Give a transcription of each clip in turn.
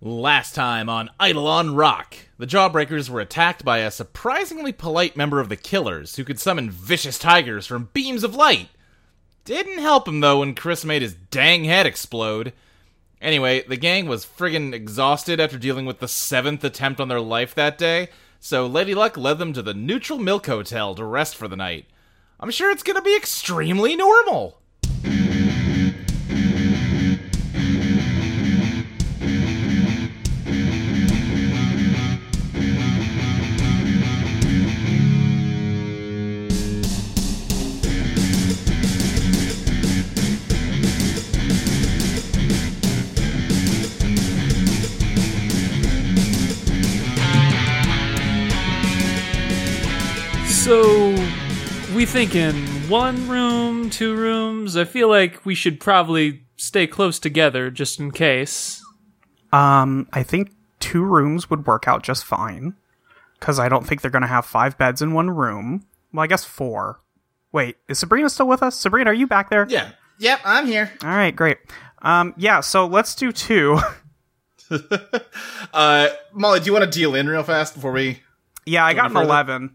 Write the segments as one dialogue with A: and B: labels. A: Last time on Idle on Rock, the Jawbreakers were attacked by a surprisingly polite member of the Killers who could summon vicious tigers from beams of light. Didn't help him though when Chris made his dang head explode. Anyway, the gang was friggin' exhausted after dealing with the seventh attempt on their life that day, so Lady Luck led them to the Neutral Milk Hotel to rest for the night. I'm sure it's gonna be extremely normal.
B: So we think in one room, two rooms. I feel like we should probably stay close together just in case.
C: Um, I think two rooms would work out just fine. Because I don't think they're going to have five beds in one room. Well, I guess four. Wait, is Sabrina still with us? Sabrina, are you back there?
A: Yeah.
D: Yep, I'm here.
C: All right, great. Um, yeah, so let's do two.
A: Uh, Molly, do you want to deal in real fast before we
C: yeah, I got an
A: further?
C: 11.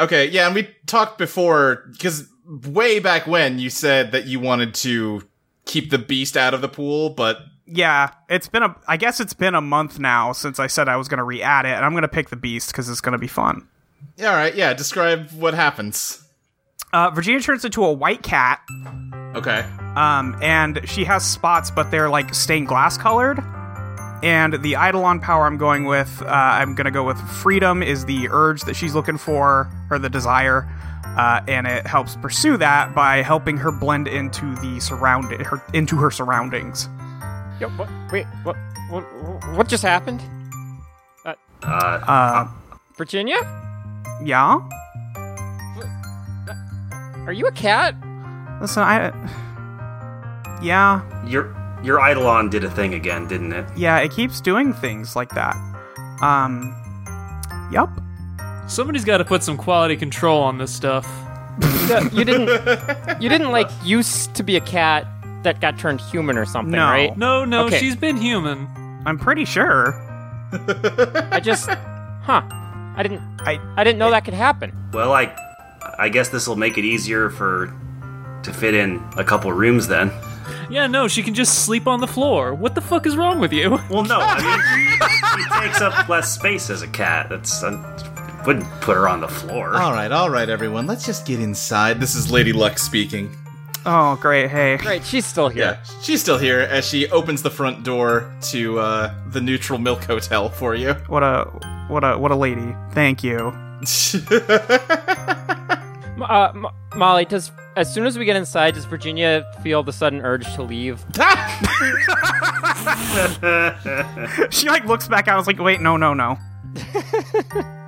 A: Okay, yeah, and we talked before because way back when you said that you wanted to keep the beast out of the pool, but
C: Yeah, it's been a. I guess it's been a month now since I said I was going to re add it, and I'm going to pick the beast because it's going to be fun.
A: yeah, all right, yeah. Describe what happens.
C: Uh, Virginia turns into a white cat,
A: Okay,
C: um, and she has spots, but they're like stained glass colored. And the Eidolon power I'm going with, uh, I'm going to go with freedom is the urge that she's looking for, or the desire, uh, and it helps pursue that by helping her blend into the surround her into her surroundings.
E: Yo, what, wait, what, what, what just happened?
C: Uh,
E: Virginia?
C: yeah.
E: Are you a cat?
C: Listen, I. Yeah,
F: Your your Eidolon did a thing again, didn't it?
C: yeah. It keeps doing things like that. Um. Yep.
B: Somebody's got to put some quality control on this stuff.
E: No, you didn't. You didn't like used to be a cat that got turned human or something,
C: No.
E: right?
B: No, no,
E: Okay.
B: she's been human.
C: I'm pretty sure.
E: I just, huh? I didn't.
C: I
E: I didn't know that could happen.
F: Well, I I guess this will make it easier for to fit in a couple rooms then.
B: Yeah, no, she can just sleep on the floor. What the fuck is wrong with you?
F: Well, no, I mean she takes up less space as a cat. That's I wouldn't put her on the floor.
A: all right, all right, everyone. Let's just get inside. This is Lady Luck speaking.
C: Oh, great. Hey.
E: Right, she's still here.
A: Yeah, she's still here as she opens the front door to uh, the Neutral Milk Hotel for you.
C: What a what a what a lady. Thank you.
E: M- Uh, M- Molly, does as soon as we get inside, does Virginia feel the sudden urge to leave?
C: She like looks back out and is like, wait, no, no, no.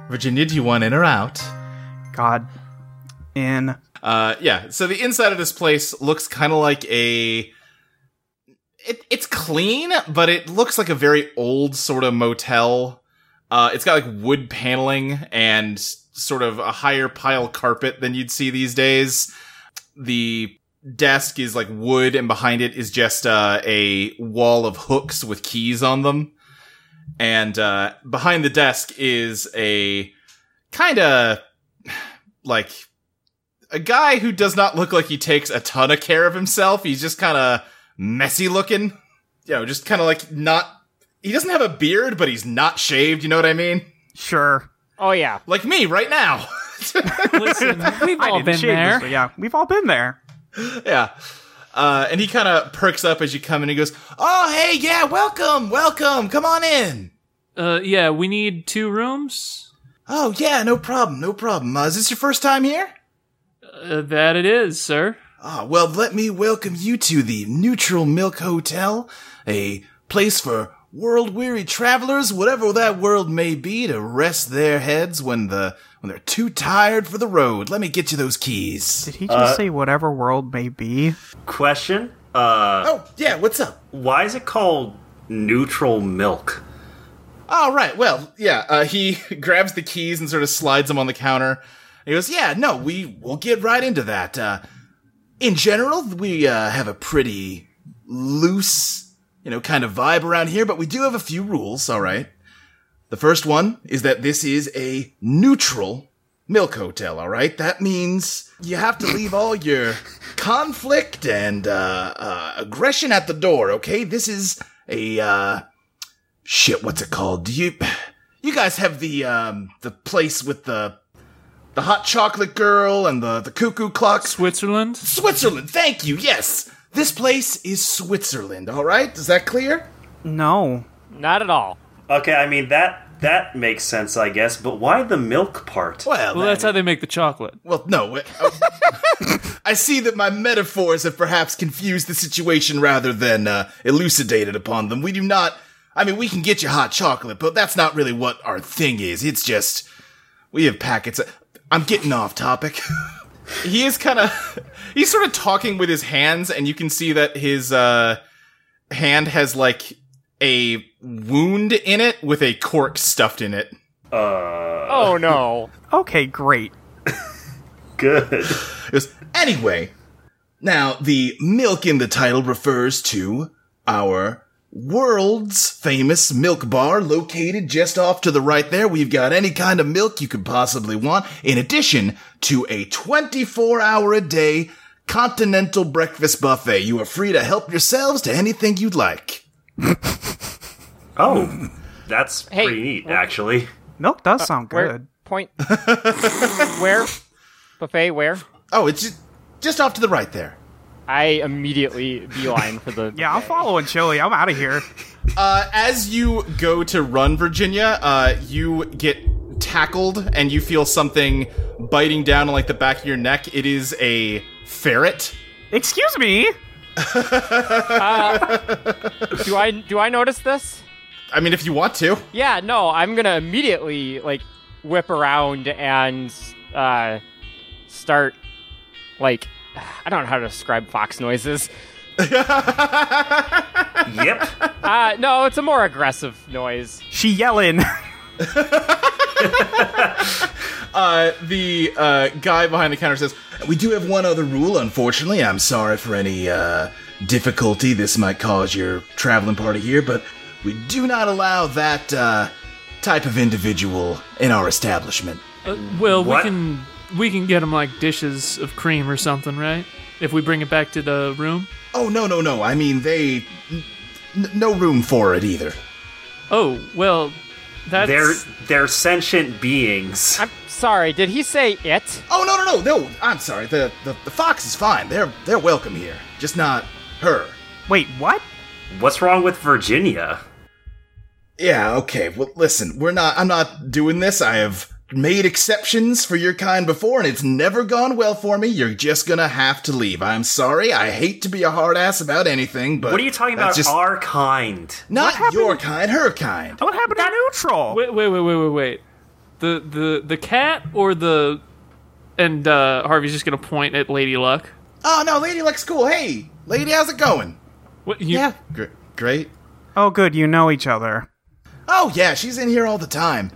A: Virginia, do you want in or out?
C: God. In.
A: Uh, yeah. So the inside of this place looks kind of like a. It, it's clean, but it looks like a very old sort of motel. Uh, it's got like wood paneling and sort of a higher pile carpet than you'd see these days. The desk is like wood, and behind it is just uh, a wall of hooks with keys on them. And uh, behind the desk is a kind of like a guy who does not look like he takes a ton of care of himself. He's just kind of messy looking. You know, just kind of like not. He doesn't have a beard, but he's not shaved. You know what I mean?
C: Sure.
E: Oh yeah.
A: Like me right now.
B: Listen, we've all been
C: shave this,
B: there.
C: but yeah, we've all been there.
A: yeah. Uh, and he kind of perks up as you come in. He goes, "Oh, hey, yeah, welcome, welcome. Come on in.
B: Uh, yeah, we need two rooms.
A: Oh, yeah, no problem, no problem. Uh, is this your first time here?
B: Uh, that it is, sir.
A: Ah, well, let me welcome you to the Neutral Milk Hotel, a place for world weary travelers, whatever that world may be, to rest their heads when the when they're too tired for the road. Let me get you those keys.
C: Did he just say whatever world may be?
F: Question: uh,
A: Oh, yeah, what's up?
F: Why is it called neutral milk?
A: All Oh, right. Well, yeah. Uh, he grabs the keys and sort of slides them on the counter. He goes, "Yeah, no, we we'll get right into that. Uh, in general, we uh, have a pretty loose, you know, kind of vibe around here, but we do have a few rules, all right? The first one is that this is a neutral milk hotel, all right? That means you have to leave all your conflict and uh, uh, aggression at the door, okay? This is a uh, shit. What's it called? Do you you guys have the um, the place with the the hot chocolate girl and the the cuckoo clock?
B: Switzerland?
A: Switzerland. Thank you. Yes, this place is Switzerland. All right, is that clear?
C: No.
E: Not at all.
F: Okay, I mean that that makes sense, I guess. But why the milk part?
A: Well,
B: Well,
A: that-
B: that's how they make the chocolate.
A: well, no. it- I see that my metaphors have perhaps confused the situation rather than uh, elucidated upon them. We do not. I mean, we can get you hot chocolate, but that's not really what our thing is. It's just we have packets. Of, I'm getting off topic. he is kind of he's sort of talking with his hands, and you can see that his uh, hand has like a wound in it with a cork stuffed in it.
E: Oh no.
C: Okay, great.
F: Good.
A: It was, anyway, now the milk in the title refers to our world's famous milk bar located just off to the right there. We've got any kind of milk you could possibly want, in addition to a 24 hour a day continental breakfast buffet. You are free to help yourselves to anything you'd like.
F: Oh, that's
E: Hey.
F: pretty neat, actually.
C: Milk does sound
E: Where?
C: good.
E: Point. where? Buffet? Where?
A: Oh, it's just, just off to the right there.
E: I immediately beeline for the.
C: Yeah, I'm following Chili. I'm out of here.
A: Uh, as you go to run, Virginia, uh, you get tackled and you feel something biting down on like the back of your neck. It is a ferret.
C: Excuse me.
E: Do I do I notice this?
A: I mean, if you want to,
E: Yeah, no, I'm gonna immediately like whip around and uh, start like I don't know how to describe fox noises.
F: Yep.
E: Uh, no, it's a more aggressive noise.
C: She yelling.
A: uh, the uh, guy behind the counter says, "We do have one other rule. Unfortunately, I'm sorry for any uh, difficulty this might cause your traveling party here, but we do not allow that uh, type of individual in our establishment."
B: Uh, well,
F: What?
B: we can we can get them like dishes of cream or something, right? If we bring it back to the room.
A: Oh no, no, no! I mean, they n- n- no room for it either.
B: Oh well, that's
F: they're they're sentient beings.
E: I'm sorry. Did he say it?
A: Oh no no no no! I'm sorry. The, the the fox is fine. They're they're welcome here. Just not her.
C: Wait, what?
F: What's wrong with Virginia?
A: Yeah. Okay. Well, listen. We're not. I'm not doing this. I have made exceptions for your kind before, and it's never gone well for me. You're just gonna have to leave. I'm sorry. I hate to be a hard ass about anything, but
F: What are you talking about?
A: that's Just
F: Our kind.
A: not your kind. Her kind.
C: What happened to neutral?
B: wait wait wait wait wait wait. The the the cat or the and uh, Harvey's just gonna point at Lady Luck.
A: Oh no, lady looks cool. Hey, lady, how's it going?
B: What you?
A: Gr- great.
C: Oh, good. You know each other.
A: Oh yeah, she's in here all the time.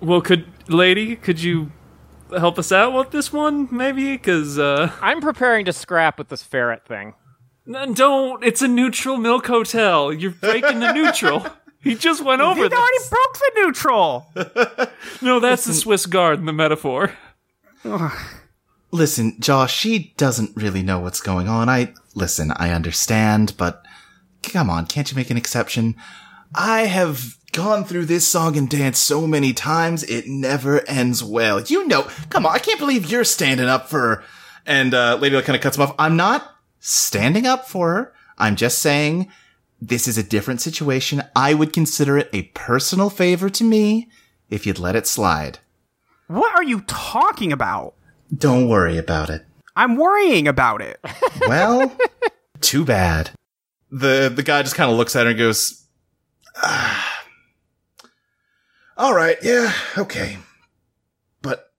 B: Well, could lady, could you help us out with this one, maybe? Because uh,
E: I'm preparing to scrap with this ferret thing.
B: n- don't. It's a neutral milk hotel. You're breaking the neutral. He just went over
C: You
B: this.
C: already broke the neutral.
B: No, that's the Swiss guard in the metaphor.
A: Listen, Josh, she doesn't really know what's going on. I, listen, I understand, but come on, can't you make an exception? I have gone through this song and dance so many times, it never ends well. You know, come on, I can't believe you're standing up for her. And, uh, Lady Luck kind of cuts him off. I'm not standing up for her. I'm just saying this is a different situation. I would consider it a personal favor to me if you'd let it slide.
C: What are you talking about?
A: Don't worry about it.
C: I'm worrying about it.
A: Well, too bad. The the guy just kind of looks at her and goes, "Ah. "All right, yeah, okay, but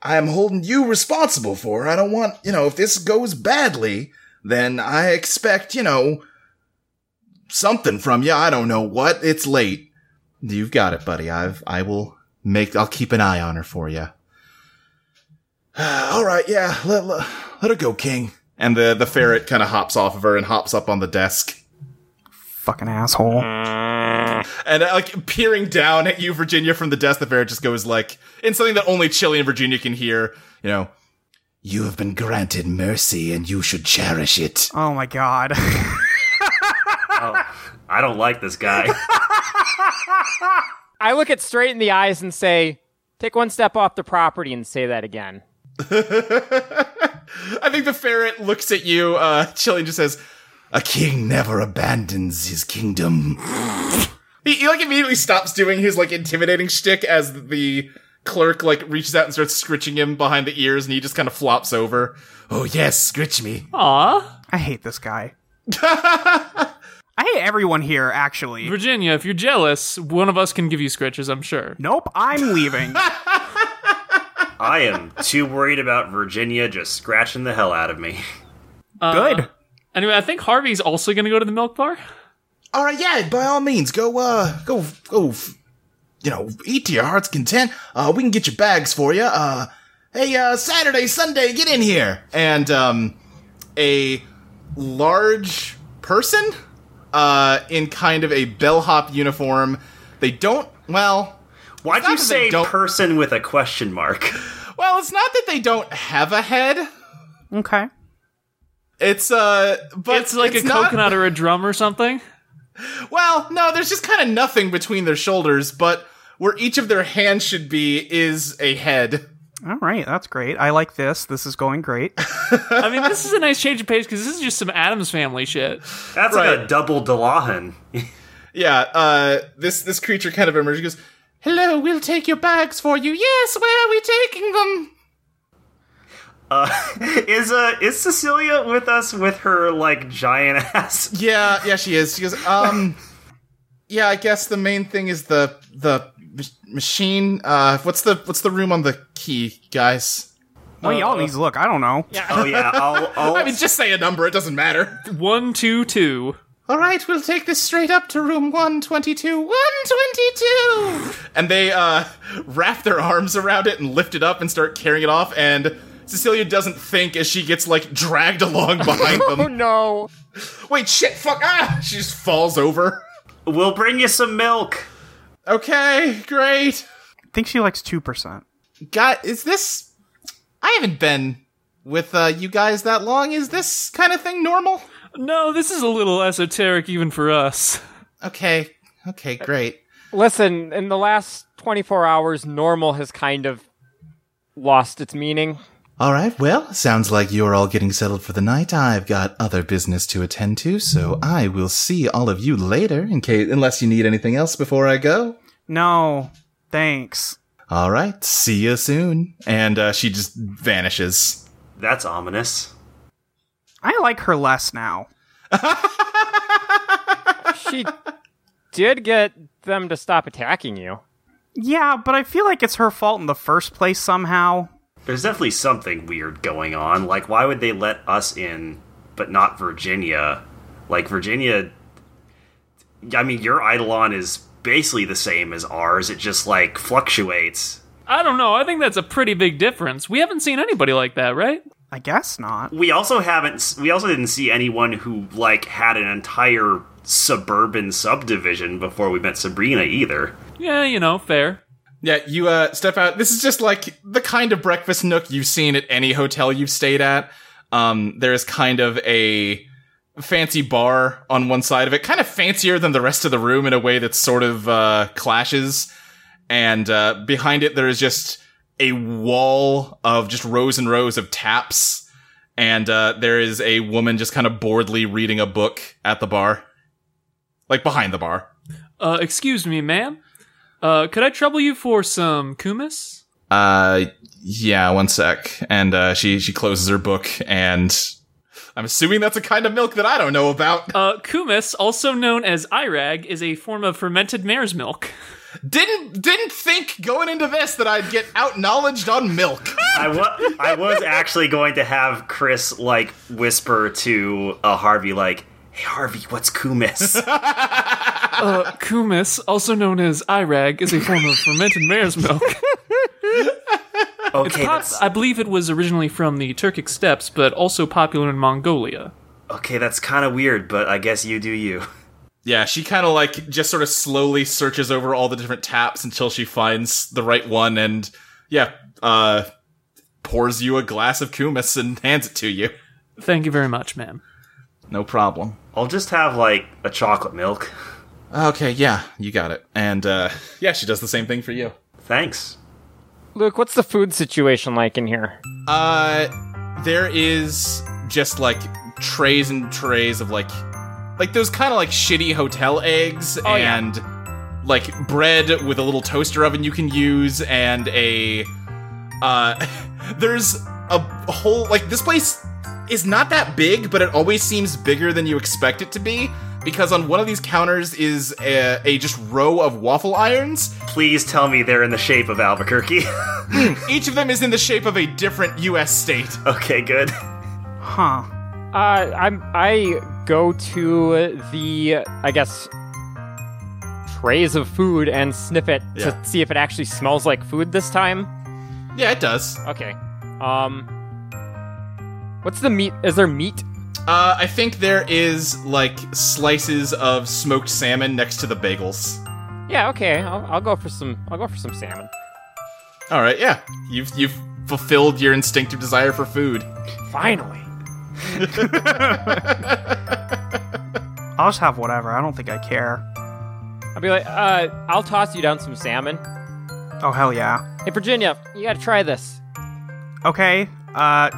A: I am holding you responsible for. her. I don't want you know if this goes badly, then I expect you know something from you. I don't know what. It's late. You've got it, buddy. I've I will make. I'll keep an eye on her for you. All right, yeah, let, let, let her go, King. And the, the ferret kind of hops off of her and hops up on the desk.
C: fucking asshole.
A: And uh, like peering down at you, Virginia, from the desk, the ferret just goes like, in something that only Chili and Virginia can hear, you know, you have been granted mercy and you should cherish it.
C: Oh my god.
F: Oh, I don't like this guy.
E: I look it straight in the eyes and say, "Take one step off the property and say that again."
A: I think the ferret looks at you, uh, Chili, and just says, a king never abandons his kingdom. he, he like immediately stops doing his like intimidating shtick as the clerk like reaches out and starts scritching him behind the ears and he just kind of flops over. Oh yes, scritch me.
B: Aw.
C: I hate this guy. I hate everyone here, actually.
B: Virginia, if you're jealous, one of us can give you scratches, I'm sure.
C: Nope, I'm leaving.
F: I am too worried about Virginia just scratching the hell out of me.
C: Good.
B: Anyway, I think Harvey's also going to go to the milk bar.
A: all right, yeah, by all means, go, uh, go, go, f- you know, eat to your heart's content. Uh, we can get your bags for you. Uh, hey, uh, Saturday, Sunday, get in here. And, um, a large person, uh, in kind of a bellhop uniform. They don't, well,
F: Why'd
A: It's not
F: you
A: that they
F: say
A: don't-
F: person with a question mark?
A: well, it's not that they don't have a head.
C: Okay.
A: It's, uh, but
B: It's like a
A: not-
B: coconut or a drum or something.
A: Well, no, there's just kind of nothing between their shoulders, but where each of their hands should be is a head.
C: All right, that's great. I like this. This is going great.
B: I mean, this is a nice change of pace because this is just some Adams family shit.
F: That's like
A: Right.
F: a double Delahan.
A: yeah, uh, this this creature kind of emerges. Goes, hello, we'll take your bags for you. Yes, where are we taking them?
F: Is uh is Cecilia with us with her like giant ass?
A: Yeah, yeah, she is. She goes, um, yeah, I guess the main thing is the the m- machine. Uh, what's the what's the room on the key, guys?
C: Well, y'all need to look. I don't know.
F: Oh yeah, I'll, I'll
A: I mean, just say a number. It doesn't matter.
B: One, two, two.
A: All right, we'll take this straight up to room 122. 122! And they uh, wrap their arms around it and lift it up and start carrying it off. And Cecilia doesn't think as she gets, like, dragged along behind
E: Oh
A: them.
E: no!
A: Wait, shit, fuck, ah! She just falls over.
F: we'll bring you some milk.
A: Okay, great.
C: I think she likes 2%.
A: God, is this. I haven't been with uh, you guys that long. Is this kind of thing normal?
B: No, this is a little esoteric even for us.
A: Okay, okay, great.
E: Listen, in the last 24 hours, normal has kind of lost its meaning.
A: All right, well, sounds like you're all getting settled for the night. I've got other business to attend to, so I will see all of you later in case unless you need anything else before I go.
C: No, thanks.
A: All right, see you soon. And uh, she just vanishes.
F: That's ominous.
C: I like her less now.
E: She did get them to stop attacking you.
C: Yeah, but I feel like it's her fault in the first place somehow.
F: There's definitely something weird going on. Like, why would they let us in, but not Virginia? Like, Virginia. I mean, your Eidolon is basically the same as ours. It just, like, fluctuates.
B: I don't know. I think that's a pretty big difference. We haven't seen anybody like that, right?
C: I guess not.
F: We also haven't. We also didn't see anyone who, like, had an entire suburban subdivision before we met Sabrina either.
B: Yeah, you know, fair.
A: Yeah, you uh, step out. This is just like the kind of breakfast nook you've seen at any hotel you've stayed at. Um, there is kind of a fancy bar on one side of it, kind of fancier than the rest of the room in a way that sort of uh, clashes. and uh, behind it there is just a wall of just rows and rows of taps and uh, there is a woman just kind of boredly reading a book at the bar like behind the bar
B: Uh, excuse me, ma'am. Uh, could I trouble you for some kumis?
A: uh yeah one sec and uh, she she closes her book and i'm assuming that's a kind of milk that i don't know about
B: Uh, kumis, also known as irag, is a form of fermented mare's milk.
A: didn't didn't think going into this that i'd get outknowledged on milk
F: I, wa- I was actually going to have Chris, like, whisper to uh, Harvey, like, Hey, Harvey, what's Kumis?
B: Uh, kumis, also known as irag, is a form of fermented mare's milk.
F: Okay,
B: Pop-
F: that's-
B: I believe it was originally from the Turkic steppes, but also popular in Mongolia.
F: Okay, that's kind of weird, but I guess you do you.
A: Yeah, she kind of like just sort of slowly searches over all the different taps until she finds the right one and yeah, uh pours you a glass of kumis and hands it to you.
B: Thank you very much, ma'am.
A: No problem.
F: I'll just have like a chocolate milk.
A: Okay, yeah, you got it. And uh yeah, she does the same thing for you.
F: Thanks.
E: Luke, what's the food situation like in here?
A: Uh there is just like trays and trays of like like those kind of like shitty hotel eggs
E: yeah.
A: and like bread with a little toaster oven you can use and a uh there's a whole like this place is not that big but it always seems bigger than you expect it to be because on one of these counters is a, a just row of waffle irons
F: Please tell me they're in the shape of Albuquerque.
A: each of them is in the shape of a different us state
F: okay, good.
C: Huh.
E: Uh, I'm I go to the I guess trays of food and sniff it
A: Yeah.
E: to see if it actually smells like food this time.
A: yeah it does
E: Okay. Um. What's the meat? Is there meat?
A: Uh, I think there is like slices of smoked salmon next to the bagels.
E: Yeah. Okay. I'll, I'll go for some. I'll go for some salmon.
A: All right, yeah, you've you've fulfilled your instinctive desire for food.
E: Finally.
C: I'll just have whatever. I don't think I care.
E: I'll be like, uh, I'll toss you down some salmon.
C: Oh hell yeah.
E: Hey, Virginia, you gotta try this.
C: Okay. Uh,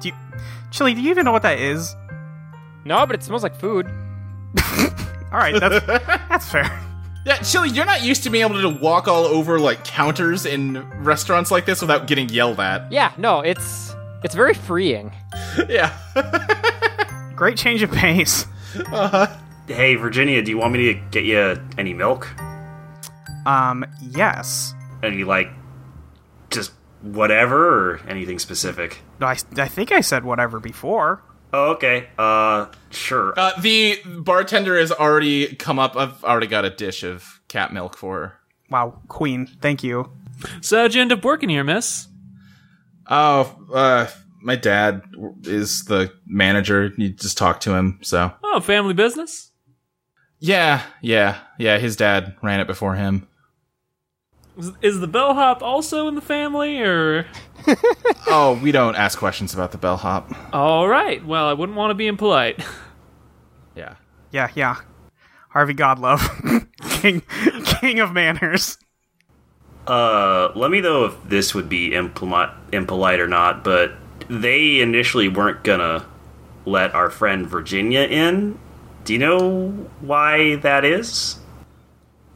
C: do you, Chili, do you even know what that is?
E: No, but it smells like food.
C: All right, that's that's fair.
A: Yeah, Chili, you're not used to being able to walk all over like counters in restaurants like this without getting yelled at.
E: Yeah. No, it's it's very freeing.
A: yeah.
C: Great change of pace.
F: Hey, Virginia, do you want me to get you any milk?
C: Um, yes.
F: Any like just whatever or anything specific?
C: No, I, I think I said whatever before.
F: Oh, okay. Uh, sure.
A: Uh, the bartender has already come up. I've already got a dish of cat milk for her.
C: Wow, Queen, thank you.
B: So how'd you end up working here, miss?
A: Oh, uh, my dad is the manager. You just talk to him, so.
B: Oh, family business?
A: Yeah, yeah, yeah. His dad ran it before him.
B: Is- Is the bellhop also in the family, or?
A: oh, we don't ask questions about the bellhop.
B: All right. Well, I wouldn't want to be impolite.
A: Yeah.
C: Yeah, yeah. Harvey Godlove, king, king of manners.
F: Uh, let me know if this would be impli- impolite or not, but they initially weren't gonna let our friend Virginia in. Do you know why that is?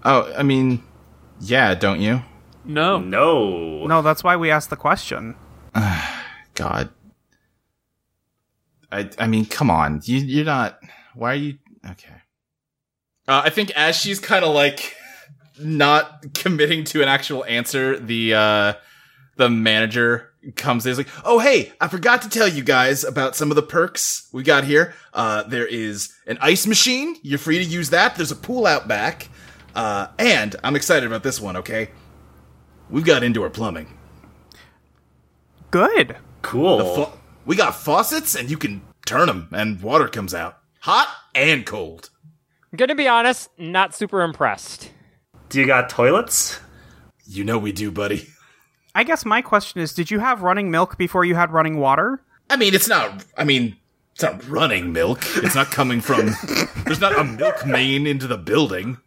A: Oh, I mean, yeah, don't you?
B: No.
F: No.
C: No, that's why we asked the question.
A: God. I I mean, come on. You you're not. Why are you? Okay. Uh, I think as she's kind of like not committing to an actual answer, the uh, the manager comes in. He's like, "Oh hey, I forgot to tell you guys about some of the perks we got here. Uh, there is an ice machine. You're free to use that. There's a pool out back. Uh, and I'm excited about this one. Okay, we've got indoor plumbing."
C: Good.
F: Cool.
A: Fa- we got faucets and you can turn them and water comes out hot and cold
E: I'm gonna be honest, not super impressed.
F: Do you got toilets?
A: you know we do buddy
C: I guess my question is, did you have running milk before you had running water?
A: i mean it's not i mean it's not running milk it's not coming from there's not a milk main into the building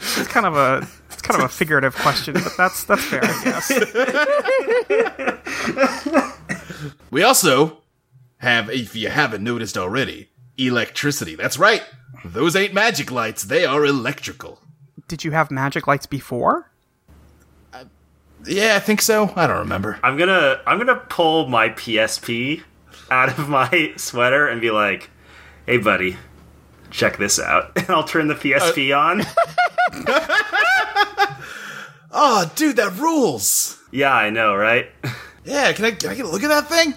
C: It's kind of a it's kind of a figurative question, but that's that's fair, I guess.
A: we also have if you haven't noticed already electricity that's right those ain't magic lights they are electrical
C: Did you have magic lights before?
A: yeah i think so i don't remember
F: I'm gonna I'm gonna pull my PSP out of my sweater and be like, "Hey, buddy, check this out." And I'll turn the PSP on.
A: oh dude that rules
F: yeah, I know, right?
A: yeah can i, can I get a look at that thing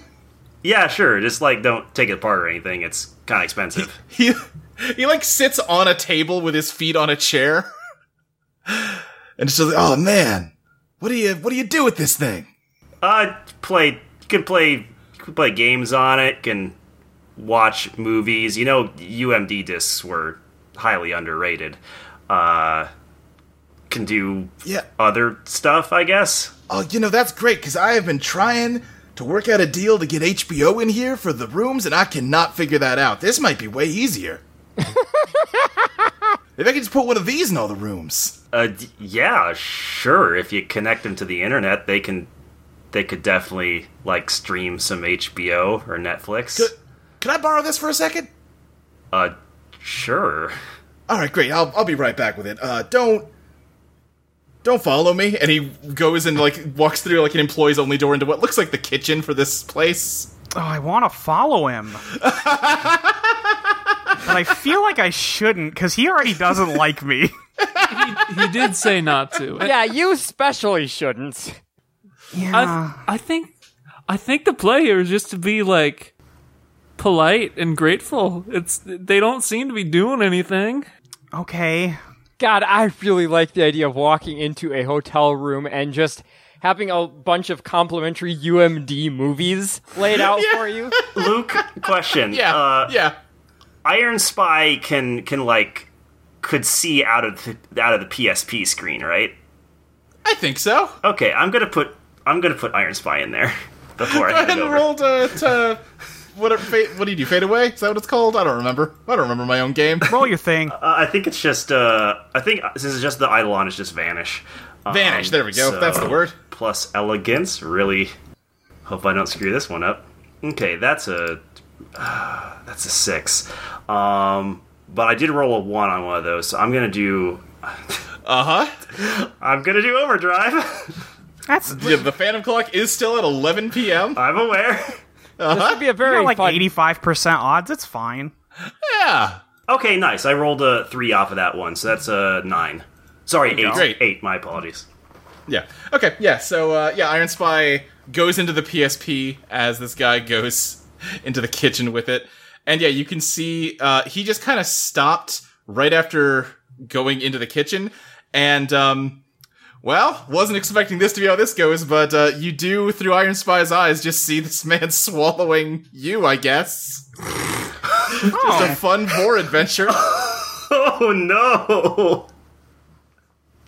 F: yeah, sure. Just like don't take it apart or anything. It's kind of expensive.
A: he he like sits on a table with his feet on a chair, and it's just like, oh man, what do you what do you do with this thing?
F: Uh, play. You can play. You can play games on it. Can watch movies. You know, UMD discs were highly underrated, uh, can do
A: Yeah.
F: other stuff, I guess.
A: Oh, you know, that's great because I have been trying to work out a deal to get HBO in here for the rooms, and I cannot figure that out. This might be way easier. if I could just put one of these in all the rooms.
F: Uh, d- yeah, sure. If you connect them to the internet, they can they could definitely like stream some HBO or Netflix.
A: Could, could I borrow this for a second?
F: Uh, sure.
A: All right, great. I'll, I'll be right back with it. Uh, don't. Don't follow me. And he goes and like walks through like an employees only door into what looks like the kitchen for this place.
C: Oh, I want to follow him. but I feel like I shouldn't because he already doesn't like me.
B: He did say not to. And
E: Yeah, you especially shouldn't.
B: I, I think, I think the play here is just to be like polite and grateful. It's they don't seem to be doing anything.
C: Okay.
E: God, I really like the idea of walking into a hotel room and just having a bunch of complimentary UMD movies laid out for you.
F: Luke, question.
A: Yeah.
F: Uh,
A: yeah.
F: Iron Spy can can like could see out of the, out of the PSP screen, right?
A: I think so.
F: Okay, I'm gonna put I'm gonna put Iron Spy in there before I
A: Go ahead
F: hand it
A: and
F: over.
A: roll to, to what, are- fade, what do you do? Fade away? Is that what it's called? I don't remember. I don't remember my own game.
C: Roll your thing.
F: Uh, I think it's just uh, I think since it's just the Eidolon, it's just vanish. Um,
A: Vanish, there we go. That's the word.
F: Plus elegance. Really hope I don't screw this one up. Okay, that's a that's a six. Um, but I did roll a one on one of those, so I'm gonna do Uh-huh.
A: Uh huh.
F: I'm gonna do overdrive.
C: That's
A: Yeah, the Phantom Clock is still at 11 p.m.
F: I'm aware.
E: This would be a very
C: like
E: fun.
C: 85% odds. It's fine.
A: Yeah.
F: Okay, nice. I rolled a three off of that one, so that's a nine. Sorry, eight.
A: Great.
F: Eight. My apologies.
A: Yeah. Okay. Yeah. So uh, yeah, Iron Spy goes into the PSP as this guy goes into the kitchen with it, and yeah, you can see uh, he just kind of stopped right after going into the kitchen, and um, well, wasn't expecting this to be how this goes, but uh, you do through Iron Spy's eyes just see this man swallowing you, I guess. Just a fun boar adventure.
F: Oh no!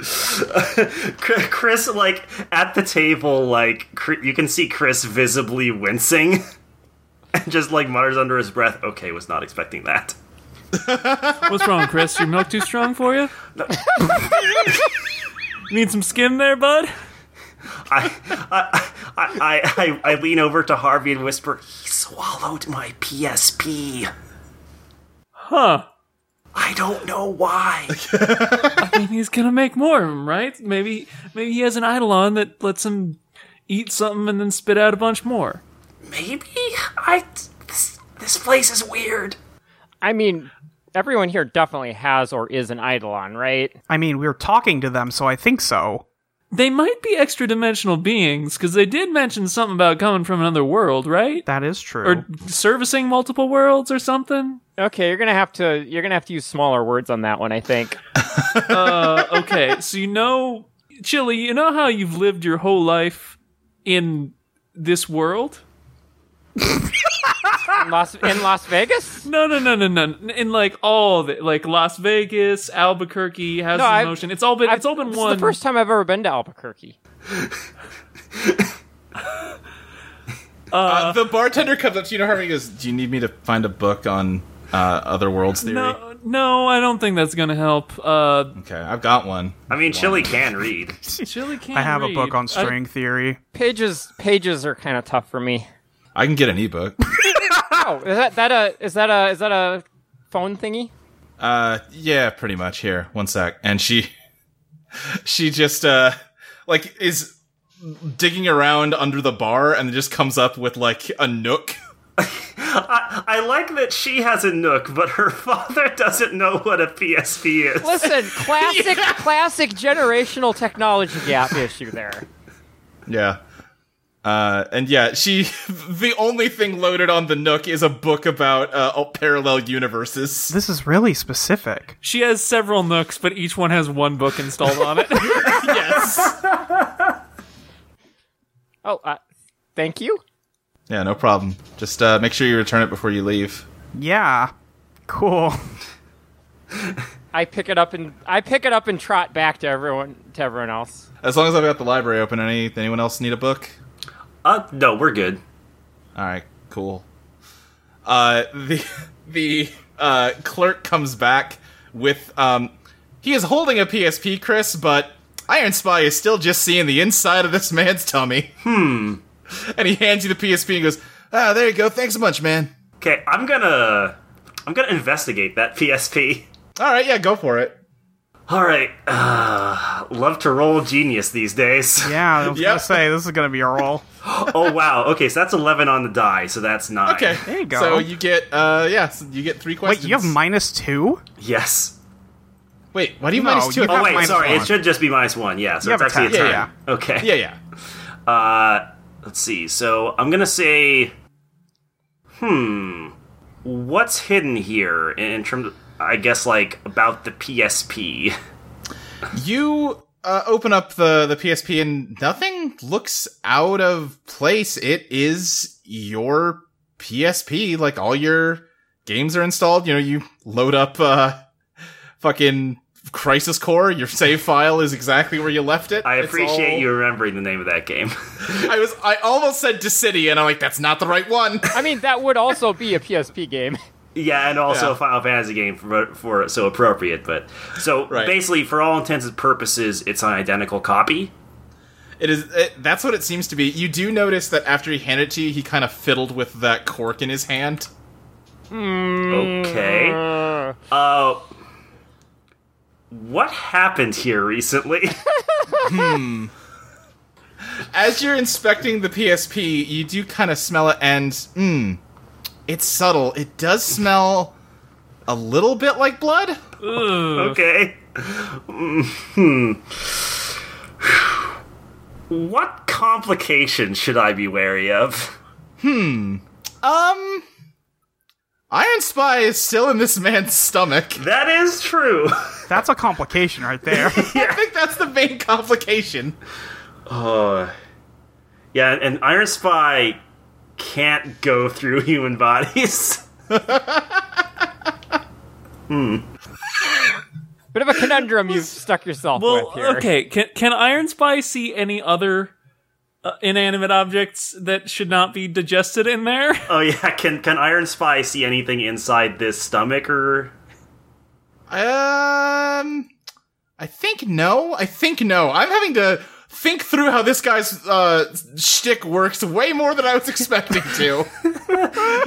F: Cr- Chris, like at the table, like Cr- you can see Chris visibly wincing, and just like mutters under his breath, "Okay, was not expecting that."
B: What's wrong, Chris? Your milk too strong for you? Need some skim there, bud?
F: I, I, I, I, I lean over to Harvey and whisper, "He swallowed my PSP.
B: Huh.
F: I don't know why."
B: I mean, he's gonna make more of them, right? Maybe, maybe he has an eidolon that lets him eat something and then spit out a bunch more.
F: Maybe I. This, this place is weird.
E: I mean, everyone here definitely has or is an Eidolon, right?
C: I mean, we were talking to them, so I think so.
B: They might be extra dimensional beings because they did mention something about coming from another world, right?
C: That is true.
B: Or servicing multiple worlds or something.
E: Okay, you're gonna have to you're gonna have to use smaller words on that one, I think.
B: Uh, okay, so you know, Chili, you know how you've lived your whole life in this world?
E: In Las in Las Vegas?
B: No, no, no, no, no. In like all the like Las Vegas, Albuquerque, House
E: No,
B: in
E: I've-
B: Motion. It's all been it's all been
E: this
B: one.
E: Is the first time I've ever been to Albuquerque.
A: Uh, the bartender comes up to you, know, Harvey, and goes, "Do you need me to find a book on uh, other worlds theory?"
B: No, no, I don't think that's gonna help. Uh,
A: Okay, I've got one.
F: I mean, Chili can read.
B: Chili can't.
C: I have a
B: read.
C: book on
B: I-
C: string theory.
E: Pages pages are kind of tough for me.
A: I can get an ebook.
E: Oh, is that that a is that a is that a phone thingy?
A: Uh, yeah, pretty much. Here, one sec. And she, she just uh, like is digging around under the bar and just comes up with like a nook.
F: I, I like that she has a nook, but her father doesn't know what a PSP is.
E: Listen, classic classic generational technology gap issue there.
A: Yeah. Uh, and yeah, she the only thing loaded on the nook is a book about uh, parallel universes.
C: This is really specific.
B: She has several nooks, but each one has one book installed on it.
A: yes.
E: Oh, uh, thank you.
A: Yeah, no problem. Just uh, make sure you return it before you leave.
C: Yeah. Cool.
E: I pick it up and I pick it up and trot back to everyone to everyone else.
A: As long as I've got the library open, any anyone else need a book?
F: Uh, no, we're good.
A: All right, cool. Uh, the the uh, clerk comes back with um, he is holding a PSP, Chris, but Iron Spy is still just seeing the inside of this man's tummy. Hmm. And he hands you the PSP and goes, "Ah, there you go. Thanks a bunch, man.
F: Okay, I'm gonna I'm gonna investigate that PSP.
A: All right, yeah, go for it."
F: All right, uh, love to roll genius these days.
C: Yeah, I was
A: Yeah.
C: gonna say this is gonna be a roll.
F: oh wow. Okay, so that's eleven on the die, so that's nine.
A: Okay,
C: There you go.
A: So you get uh, yeah, so you get three
C: Wait,
A: questions.
C: you have minus two?
F: Yes.
A: Wait, why do you
C: No,
A: minus two?
C: you
A: Oh,
F: Oh
C: have
A: wait.
F: wait,
C: minus
F: sorry.
C: one.
F: It should just be minus one. Yeah, so
C: You have
F: it's
C: a
F: actually a
A: ten.
F: turn.
A: Yeah,
F: Okay.
A: Yeah, yeah.
F: Uh, let's see. So I'm gonna say, hmm, what's hidden here in terms? Of, I guess like about the PSP.
A: You uh, open up the the PSP and nothing looks out of place. It is your PSP. Like all your games are installed. You know, you load up uh fucking Crisis Core. Your save file is exactly where you left it.
F: I
A: It's
F: appreciate
A: all-
F: you remembering the name of that game.
A: I was I almost said Dissidia, and I'm like, that's not the right one.
E: I mean, that would also be a PSP game.
F: yeah, and also
A: Yeah.
F: a Final Fantasy game for, for so appropriate. But so
A: Right.
F: basically, for all intents and purposes, it's an identical copy.
A: It is. It, that's what it seems to be. You do notice that after he handed it to you, he kind of fiddled with that cork in his hand.
F: Okay.
A: Mm.
E: Uh,
F: Uh, what happened here recently?
A: As you're inspecting the PSP, you do kind of smell it, and mm, it's subtle. It does smell a little bit like blood.
B: Ugh.
F: Okay. Hmm. What complication should I be wary of?
A: Um, Iron Spy is still in this man's stomach.
F: That is true.
C: That's a complication right there.
A: I think that's the main complication.
F: Oh. Yeah, an Iron Spy can't go through human bodies.
E: bit of a conundrum you've stuck yourself
B: Well,
E: with here.
B: okay. Can can Iron Spy see any other uh, inanimate objects that should not be digested in there?
C: Uh,
F: Oh yeah, can can Iron Spy see anything inside this stomach or
A: Um, I think no. I think no. I'm having to think through how this guy's uh shtick works way more than I was expecting to.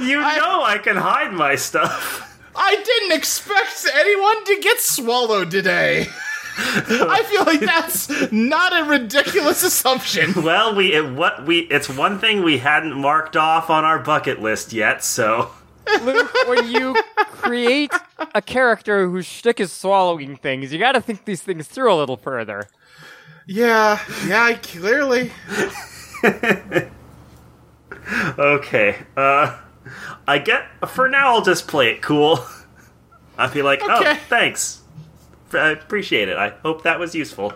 F: You know I can hide my stuff.
A: I didn't expect anyone to get swallowed today. I feel like that's not a ridiculous assumption.
F: Well, we it, what we it's one thing we hadn't marked off on our bucket list yet, so
E: Luke, when you create a character whose shtick is swallowing things, you got to think these things through a little further.
A: Yeah, yeah, I- clearly.
F: Okay. Uh, I get for now. I'll just play it cool. I'll be like,
A: Okay.
F: oh, thanks. I appreciate it. I hope that was useful.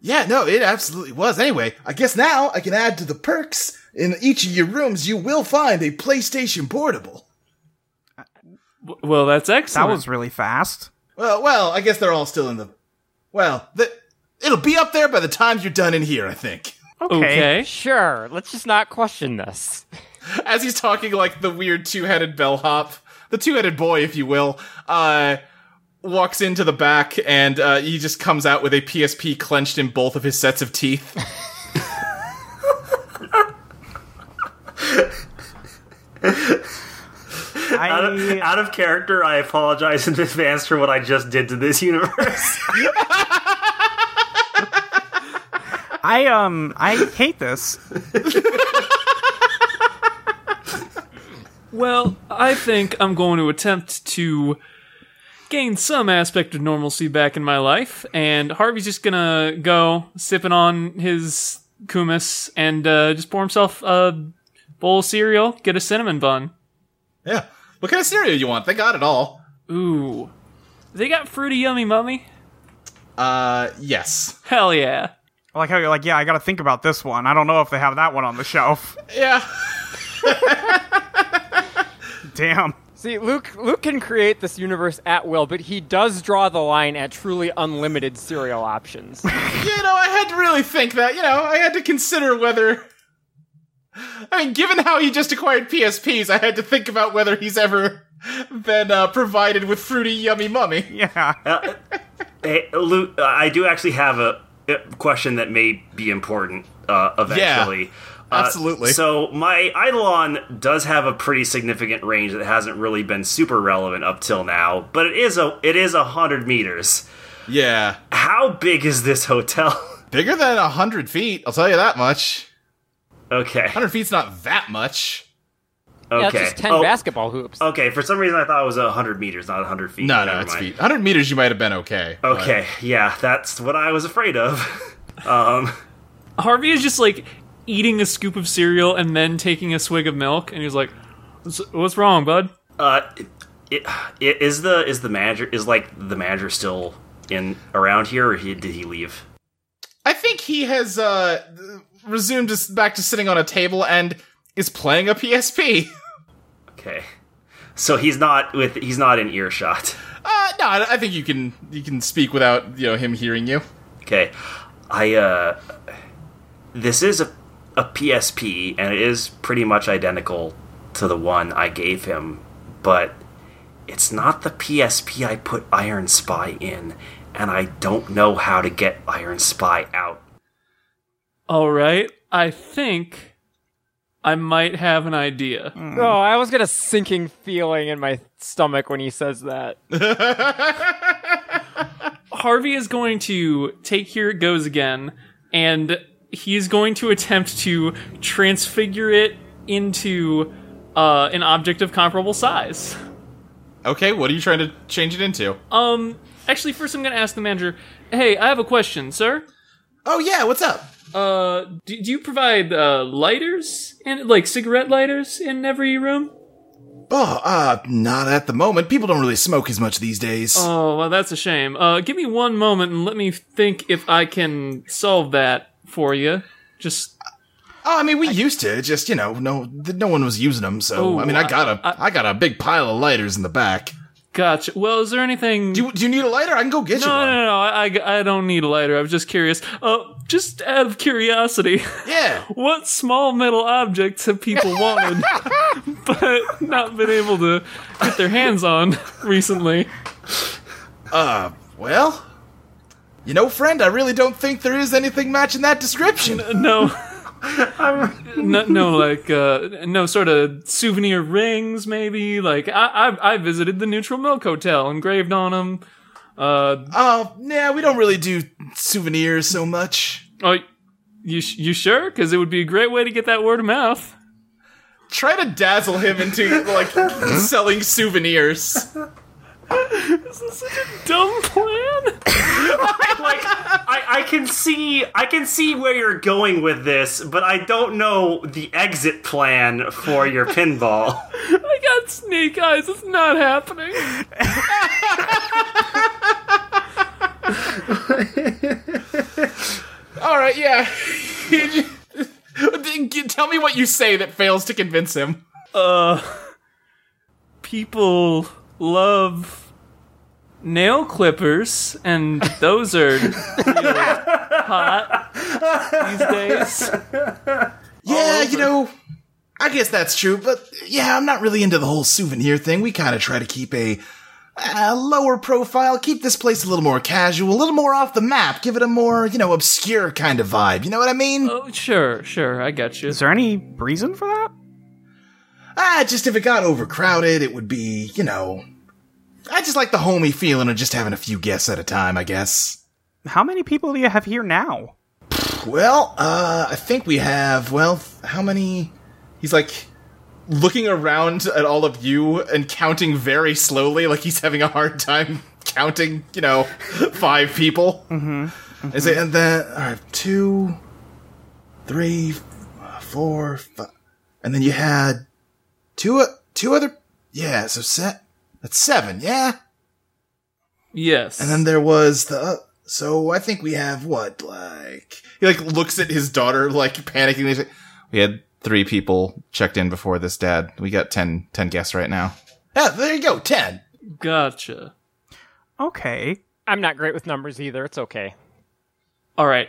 A: Yeah, no, it absolutely was. Anyway, I guess now I can add to the perks. In each of your rooms, you will find a PlayStation Portable.
B: W- well, that's
C: that
B: excellent.
C: was really fast.
A: Well, well, I guess they're all still in the. Well, the, it'll be up there by the time you're done in here, I think.
B: okay.
E: Sure, let's just not question this.
A: as he's talking like the weird two-headed bellhop, the two-headed boy, if you will, uh, walks into the back and uh, he just comes out with a PSP clenched in both of his sets of teeth.
F: Out of,
C: I,
F: out of character, I apologize in advance for what I just did to this universe.
C: I um I hate this.
B: Well, I think I'm going to attempt to gain some aspect of normalcy back in my life, and Harvey's just gonna go sipping on his kumis and uh, just pour himself a bowl of cereal, get a cinnamon bun.
A: yeah. What kind of cereal you want? They got it all.
B: Ooh, they got fruity yummy mummy.
A: Uh, yes.
B: Hell yeah!
C: I like how you're like, yeah, I gotta think about this one. I don't know if they have that one on the shelf.
A: Yeah.
C: Damn.
E: See, Luke Luke can create this universe at will, but he does draw the line at truly unlimited cereal options.
A: you know, I had to really think that. You know, I had to consider whether. I mean, given how he just acquired PSPs, I had to think about whether he's ever been uh, provided with fruity, yummy mummy.
C: Yeah.
F: Uh, hey, Luke, I do actually have a a question that may be important uh, eventually. Uh,
A: absolutely.
F: so my Eidolon does have a pretty significant range that hasn't really been super relevant up till now, but it is a it is a hundred meters.
A: Yeah,
F: How big is this hotel?
A: bigger than hundred feet. I'll tell you that much.
F: okay.
A: Hundred feet's not that much.
F: Okay.
E: Yeah, it's just ten
F: Oh,
E: basketball hoops.
F: Okay, for some reason I thought it was 100 meters, not 100 feet.
A: No, no,
F: Never
A: it's
F: mind.
A: feet. Hundred meters, you might have been okay. but-
F: Okay, yeah, that's what I was afraid of. um,
B: Harvey is just like eating a scoop of cereal and then taking a swig of milk, and he's like, "What's, what's wrong, bud?"
F: uh, it, it, is the is the manager is like the manager still in around here, or he, did he leave?
A: I think he has uh, resumed us back to sitting on a table and is playing a PSP.
F: Okay, so he's not with he's not in earshot.
A: Uh, no, I I think you can you can speak without you know him hearing you.
F: Okay, I uh, this is a a PSP, and it is pretty much identical to the one I gave him, but it's not the PSP I put Iron Spy in, and I don't know how to get Iron Spy out.
B: All right, I think I might have an idea.
F: Um,
E: No, Oh, I always get a sinking feeling in my stomach when he says that.
B: Harvey is going to take here it goes again, and he is going to attempt to transfigure it into uh, an object of comparable size.
A: Okay, what are you trying to change it into?
B: Um, actually, first I'm going to ask the manager. Hey, I have a question, sir.
A: oh yeah, what's up?
B: Uh, do, do you provide uh, lighters and like cigarette lighters in every room?
A: Oh, uh, not at the moment. People don't really smoke as much these days.
B: Oh, well, that's a shame. Uh, give me one moment and let me think if I can solve that for you. Just
A: oh, I mean, we used to. Just you know, no, th- no one was using them. So
B: Oh,
A: I mean, I
B: I-
A: got a, I, got a big pile of lighters in the back.
B: gotcha. Well, is there anything?
A: Do you, do you need a lighter? I can go get you
B: No,
A: one.
B: no, no. I, I, I don't need a lighter. I was just curious. Uh, just out of curiosity,
A: Yeah.
B: what small metal objects have people wanted but not been able to get their hands on recently?
A: Uh, well, you know, friend, I really don't think there is anything matching that description.
B: No. no, no, like uh, no sort of souvenir rings, maybe. Like I, I, I visited the Neutral Milk Hotel, engraved on them. Uh,
A: Oh, nah, we don't really do souvenirs so much.
B: oh, you, sh- you sure? Because it would be a great way to get that word of mouth.
A: Try to dazzle him into like selling souvenirs.
B: Dumb plan.
F: like I, I can see I can see where you're going with this, but I don't know the exit plan for your pinball.
B: I got snake eyes. It's not happening.
A: All right, yeah. Tell me what you say that fails to convince him.
B: People love nail clippers, and those are really hot these days.
A: Yeah, you know, I guess that's true, but yeah, I'm not really into the whole souvenir thing. We kind of try to keep a uh, lower profile, keep this place a little more casual, a little more off the map, give it a more, you know, obscure kind of vibe. You know what I mean?
B: Oh, sure, sure. I got you.
C: Is there any reason for that?
A: Ah, just if it got overcrowded, it would be, you know. I just like the homey feeling of just having a few guests at a time, I guess.
C: How many people do you have here now?
A: Well, uh, I think we have, well, how many? He's like looking around at all of you and counting very slowly, like he's having a hard time counting, you know, five people. Mm-hmm. Is it, and then, all right, two, three, f- four, five. And then you had two, o- two other, yeah, so set, that's seven, yeah?
B: Yes.
A: And then there was the. Uh, so I think we have what like he like looks at his daughter like panicking. He's like, we had three people checked in before this, Dad. We got 10, 10 guests right now. Yeah, there you go, ten.
B: Gotcha.
C: Okay.
E: I'm not great with numbers either. It's okay.
B: All right.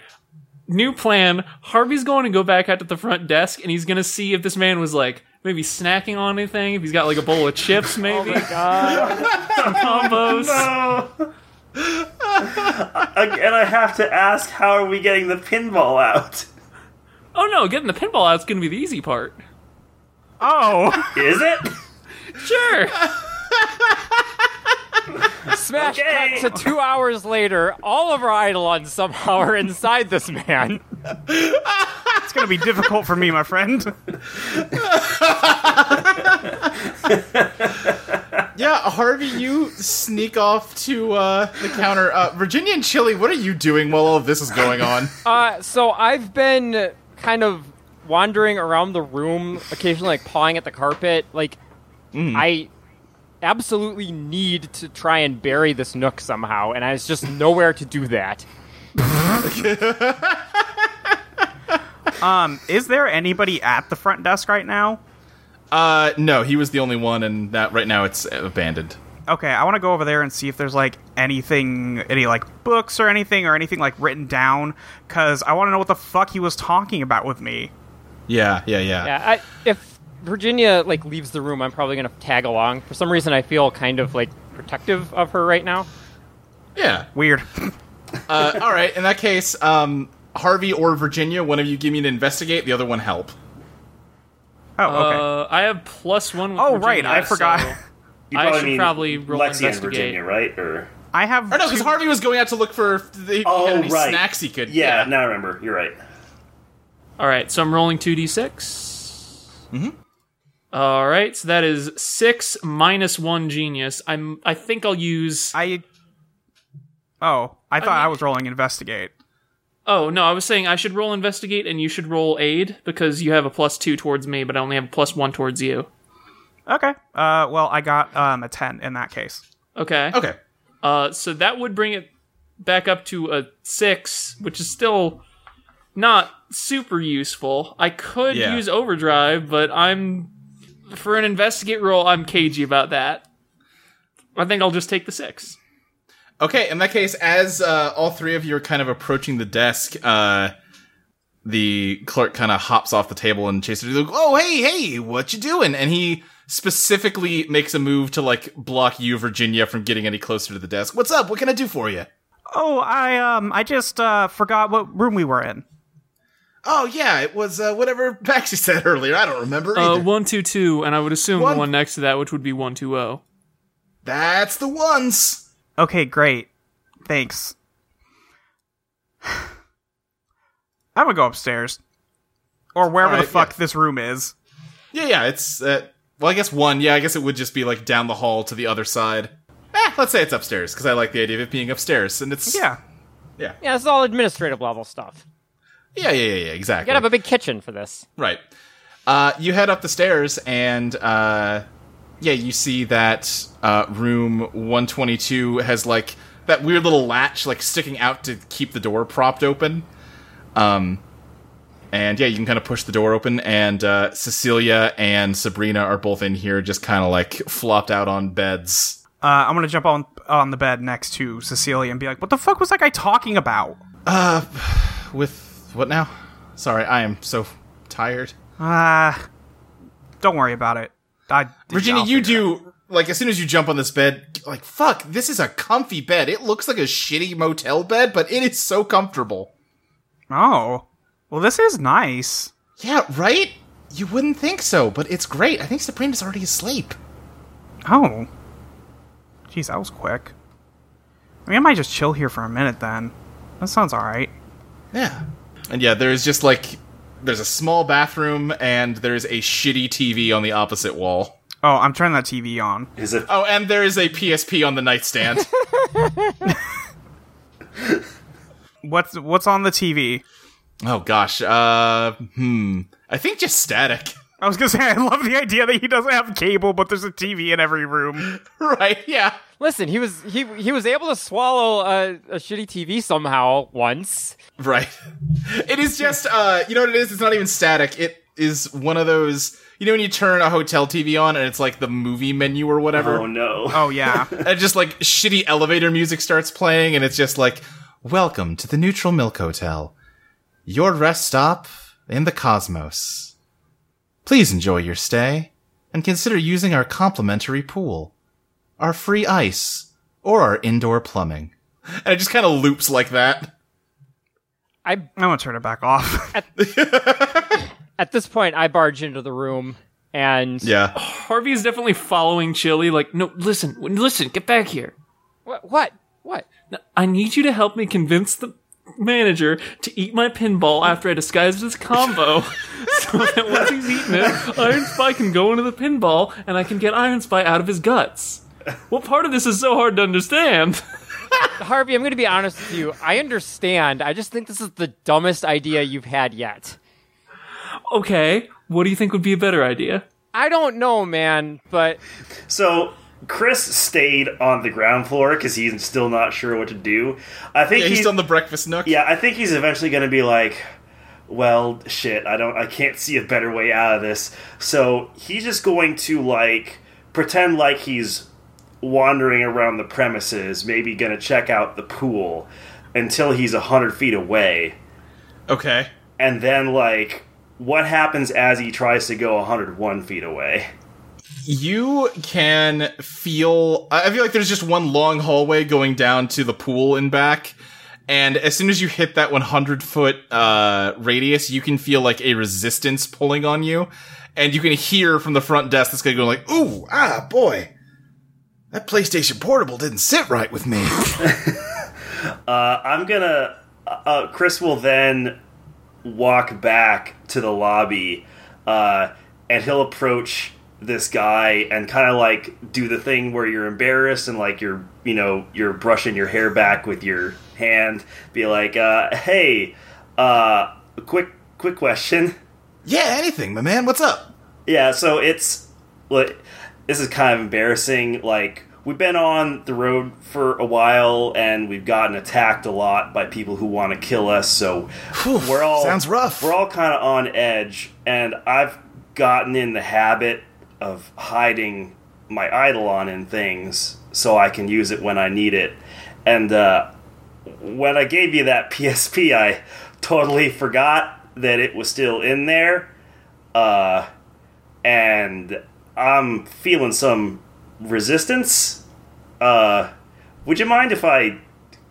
B: New plan. Harvey's going to go back out to the front desk and he's going to see if this man was like maybe snacking on anything, if he's got like a bowl of chips, maybe. Some combos.
F: and I have to ask, how are we getting the pinball out?
B: Oh no, getting the pinball out's going to be the easy part.
C: Oh,
F: Is it?
B: Sure.
E: Smash
F: Okay.
E: cut to two hours later. All of our Eidolons somehow are inside this man.
C: it's gonna be difficult for me, my friend.
A: Yeah, Harvey, you sneak off to uh, the counter. Uh, Virginia and Chili, what are you doing while all of this is going on?
E: Uh, so I've been kind of wandering around the room, occasionally like pawing at the carpet. Like, I absolutely need to try and bury this nook somehow, and I was just nowhere to do that.
C: Um, is there anybody at the front desk right now?
A: Uh, no, he was the only one, and that right now it's abandoned.
C: Okay, I want to go over there and see if there's like anything, any like books or anything, or anything like written down, because I want to know what the fuck he was talking about with me.
A: Yeah, yeah, yeah.
E: Yeah, I, if Virginia like leaves the room, I'm probably gonna tag along. For some reason, I feel kind of like protective of her right now.
A: Yeah.
C: Weird.
A: Uh, all right. In that case, um, Harvey or Virginia, one of you give me an investigate, the other one help.
C: oh, okay.
B: Uh, I have plus one. With
C: Oh, right, I
B: Virginia,
C: forgot.
B: so
F: You
B: I should probably roll
F: Lexi and
B: investigate.
F: Virginia, right? Or
C: I have.
A: Or no, because
C: two-
A: Harvey was going out to look for if he
F: Oh,
A: had any
F: right.
A: snacks he could.
F: yeah, now I remember. You're right.
B: All right, so I'm rolling 2d6. Mm-hmm. All right, so that is 6 minus 1 genius. I'm I think I'll use
C: I. Oh, I thought I, was rolling investigate.
B: Oh, no, I was saying I should roll investigate and you should roll aid because you have a plus 2 towards me, but I only have a plus 1 towards you.
C: Okay. Uh, well, I got um a ten in that case.
B: Okay.
A: Okay.
B: Uh so that would bring it back up to a 6, which is still not super useful. I could
A: Yeah.
B: use overdrive, but I'm for an investigate roll, I'm cagey about that. I think I'll just take the 6.
A: Okay, in that case, as uh, all three of you are kind of approaching the desk, uh, the clerk kind of hops off the table and chases you. Oh, hey, hey, what you doing? And he specifically makes a move to like block you, Virginia, from getting any closer to the desk. What's up? What can I do for you?
C: Oh, I um I just uh forgot what room we were in.
A: Oh yeah, it was uh, whatever Maxie said earlier. I don't remember
B: Uh,
A: either.
B: one two two, and I would assume
A: One-
B: the one next to that, which would be one two oh. zero.
A: That's the ones.
C: Okay, great. Thanks. I'm gonna go upstairs. Or wherever
A: All right,
C: the fuck
A: yeah.
C: this room is.
A: Yeah, yeah. It's uh, well, I guess one. Yeah, I guess it would just be like down the hall to the other side. Eh, let's say it's upstairs because I like the idea of it being upstairs, and it's
C: Yeah.
E: Yeah, it's all administrative level stuff.
A: Yeah, yeah, yeah, yeah, exactly.
E: Gotta have a big kitchen for this.
A: right. Uh, you head up the stairs, and uh, yeah, you see that uh, room 122 has like that weird little latch like sticking out to keep the door propped open. Um, and yeah, you can kind of push the door open, and uh, Cecilia and Sabrina are both in here, just kind of like flopped out on beds.
C: Uh, I'm gonna jump on on the bed next to Cecilia and be like, "What the fuck was that guy talking about?"
A: With what now? Sorry, I am so tired.
C: Uh, don't worry about it. I,
A: Virginia,
C: I'll
A: you
C: figure it
A: do like as soon as you jump on this bed, like fuck, this is a comfy bed. It looks like a shitty motel bed, but it is so comfortable.
C: out. Oh, well, this is nice.
A: Yeah, right? You wouldn't think so, but it's great. I think Sabrina's already asleep.
C: Oh, jeez, that was quick. I mean, I might just chill here for a minute then. That sounds all right.
A: Yeah. And yeah, there's just like there's a small bathroom and there's a shitty TV on the opposite wall.
C: Oh, I'm turning that TV on.
F: Is it?
A: Oh, and there is a PSP on the nightstand.
C: What's what's on the TV?
A: oh gosh. Uh hmm. I think just static.
C: I was gonna say I love the idea that he doesn't have cable, but there's a TV in every room.
A: right, yeah.
E: Listen, he was he he was able to swallow a, a shitty TV somehow once.
A: Right. It is just uh you know what it is? It's not even static. It is one of those. You know when you turn a hotel TV on and it's like the movie menu or whatever,
F: Oh no.
C: Oh yeah.
A: and just like shitty elevator music starts playing, and it's just like, "Welcome to the Neutral Milk Hotel, your rest stop in the cosmos. Please enjoy your stay, and consider using our complimentary pool, our free ice, or our indoor plumbing." And it just kind of loops like that.
E: I
C: I want to turn it back off.
E: at this point I barge into the room and
A: Yeah.
B: Harvey is definitely following Chili. Like, no, listen, w- listen, get back here.
E: what what what?
B: No, I need you to help me convince the manager to eat my pinball after I disguise this combo, so that once he's eaten it, Iron Spy can go into the pinball and I can get Iron Spy out of his guts. What part of this is so hard to understand?
E: Harvey, I'm going to be honest with you. I understand. I just think this is the dumbest idea you've had yet.
B: Okay, what do you think would be a better idea?
E: I don't know, man, but
F: So Chris stayed on the ground floor because he's still not sure what to do. I think
A: Yeah, he's
F: he's,
A: on the breakfast nook.
F: yeah, I think he's eventually going to be like, well, shit, I don't, I can't see a better way out of this. So he's just going to like pretend like he's wandering around the premises, maybe going to check out the pool until he's a hundred feet away,
A: Okay.
F: and then like. What happens as he tries to go 101 feet away?
A: you can feel i I feel like there's just one long hallway going down to the pool and back and as soon as you hit that 100 foot uh, radius you can feel like a resistance pulling on you and you can hear from the front desk that's going to go like ooh ah boy that playstation portable didn't sit right with me
F: Uh, I'm gonna. Uh, Chris will then walk back to the lobby, uh, and he'll approach this guy and kind of like do the thing where you're embarrassed and like you're you know you're brushing your hair back with your hand, be like, uh, "Hey, uh, quick, quick question."
A: yeah anything my man what's up
F: Yeah, so it's like this is kind of embarrassing. Like we've been on the road for a while, and we've gotten attacked a lot by people who want to kill us. So we're all
A: sounds rough.
F: We're all kind of on edge, and I've gotten in the habit of hiding my eidolon in things so I can use it when I need it. And uh, when I gave you that PSP, I totally forgot that it was still in there. Uh, and I'm feeling some resistance. Uh, would you mind if I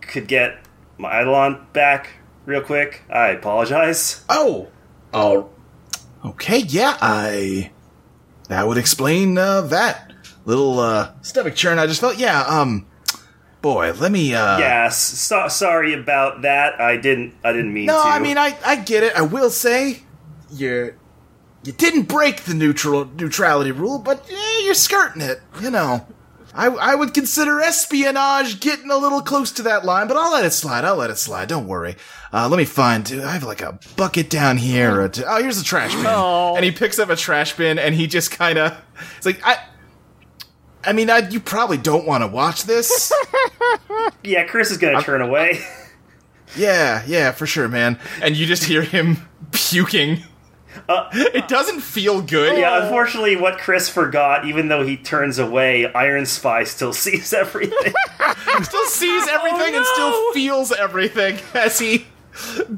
F: could get my Eidolon back real quick? I apologize.
A: Oh. Oh. Okay, yeah, I. That would explain uh, that little uh, stomach churn I just felt. Yeah, um. Boy, let me. Uh,
F: yeah, so- sorry about that. I didn't. I didn't mean
A: No,
F: to.
A: I mean, I, I get it. I will say, you're. You didn't break the neutral neutrality rule, but eh, you're skirting it. You know, I I would consider espionage getting a little close to that line, but I'll let it slide. I'll let it slide. Don't worry. Uh, let me find. I have like a bucket down here. Or t- oh, here's a trash bin.
E: Oh.
A: And he picks up a trash bin, and he just kind of. It's like I. I mean, I, you probably don't want to watch this.
F: yeah, Chris is gonna turn away.
A: Yeah, yeah, for sure, man. And you just hear him puking. it doesn't feel good.
F: Uh, yeah, unfortunately, what Chris forgot, even though he turns away, Iron Spy still sees everything.
A: Still sees
F: Oh,
A: everything and still
B: no.
A: feels everything as he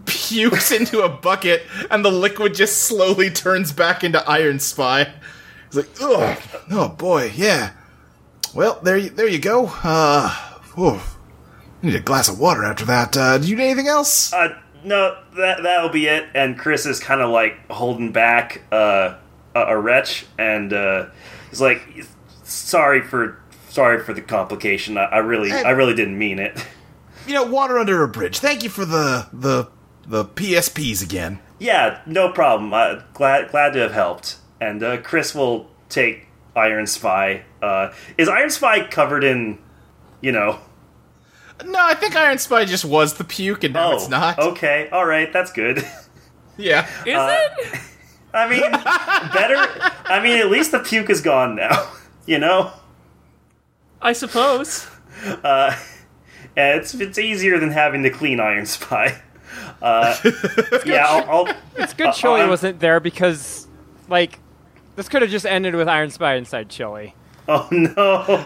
A: pukes into a bucket and the liquid just slowly turns back into Iron Spy. He's like, ugh, oh boy, yeah. Well, there you, there you go. Uh, whew. Need a glass of water after that. Uh, do you need anything else?
F: uh, no, that that'll be it. And Chris is kind of like holding back uh, a, a wretch, and uh, he's like, "Sorry for, sorry for the complication. I, I really,
A: Hey.
F: I really didn't mean it."
A: you know, water under a bridge. Thank you for the the the PSPs again.
F: yeah, no problem. Uh, glad, glad to have helped. And uh, Chris will take Iron Spy. Uh, is Iron Spy covered in, you know?
A: No, I think Iron Spy just was the puke, and now
F: oh,
A: it's not.
F: Okay, all right, that's good.
A: Yeah,
B: Is it?
F: I mean, better. I mean, at least the puke is gone now. You know.
B: I suppose.
F: Uh, yeah, it's it's easier than having to clean Iron Spy. yeah, I'll, I'll,
E: It's
F: Uh,
E: good Chili
F: I'm-
E: wasn't there because, like, this could have just ended with Iron Spy inside Chili.
F: oh no.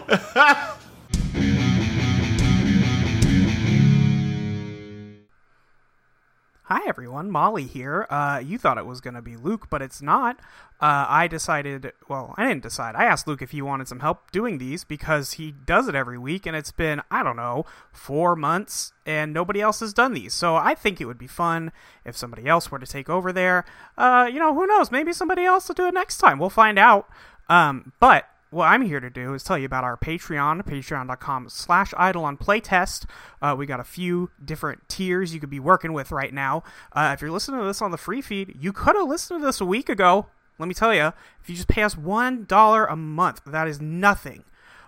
C: Hi everyone, Molly here. Uh, you thought it was going to be Luke, but it's not. Uh, I decided, well, I didn't decide. I asked Luke if he wanted some help doing these because he does it every week, and it's been, I don't know, four months, and nobody else has done these. So I think it would be fun if somebody else were to take over there. Uh, you know, who knows? Maybe somebody else will do it next time. We'll find out. Um, but what I'm here to do is tell you about our Patreon, patreon.com slash idle on playtest. Uh, we got a few different tiers you could be working with right now. Uh, if you're listening to this on the free feed, you could have listened to this a week ago. Let me tell you, if you just pay us $1 a month, that is nothing.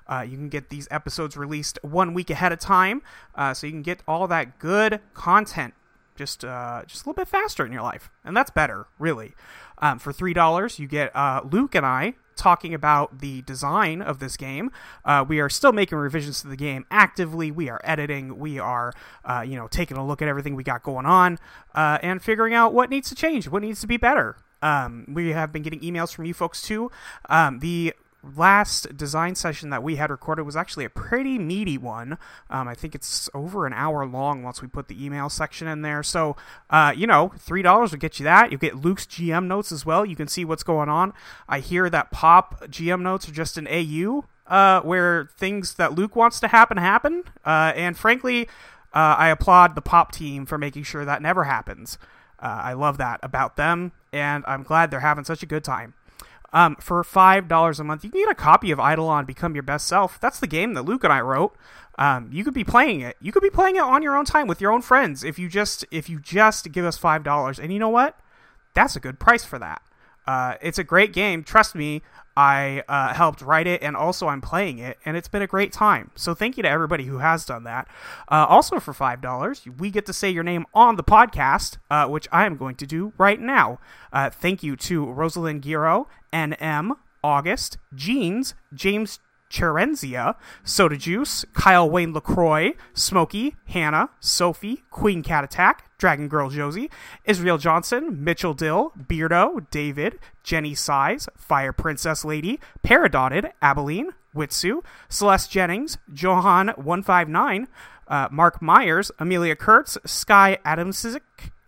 C: Uh, you can get these episodes released one week ahead of time, uh, so you can get all that good content just uh, just a little bit faster in your life, and that's better, really. Um, for three dollars, you get uh, Luke and I talking about the design of this game. Uh, we are still making revisions to the game actively. We are editing. We are uh, you know taking a look at everything we got going on uh, and figuring out what needs to change, what needs to be better. Um, we have been getting emails from you folks too. Um, the last design session that we had recorded was actually a pretty meaty one. Um, I think it's over an hour long once we put the email section in there. So, uh, you know, three dollars will get you that. You get Luke's GM notes as well. You can see what's going on. I hear that Pop GM notes are just an AU uh, where things that Luke wants to happen happen. Uh, and frankly, uh, I applaud the Pop team for making sure that never happens. Uh, I love that about them, and I'm glad they're having such a good time. Um, for five dollars a month, you can get a copy of Eidolon Become Your Best Self. That's the game that Luke and I wrote. Um, you could be playing it. You could be playing it on your own time with your own friends if you just if you just give us five dollars. And you know what? That's a good price for that. Uh, it's a great game. Trust me, I uh, helped write it, and also I'm playing it, and it's been a great time. So thank you to everybody who has done that. Uh, also, for five dollars, we get to say your name on the podcast, uh, which I am going to do right now. Uh, thank you to Rosalind Giro, N.M. August, Jeans, James Cherenzia, Soda Juice, Kyle Wayne LaCroix, Smokey, Hannah, Sophie, Queen Cat Attack, Dragon Girl Josie, Israel Johnson, Mitchell Dill, Beardo, David, Jenny Size, Fire Princess Lady, Paradotted, Abilene, Witsu, Celeste Jennings, Johan159, uh, Mark Myers, Amelia Kurtz, Sky Adamsic,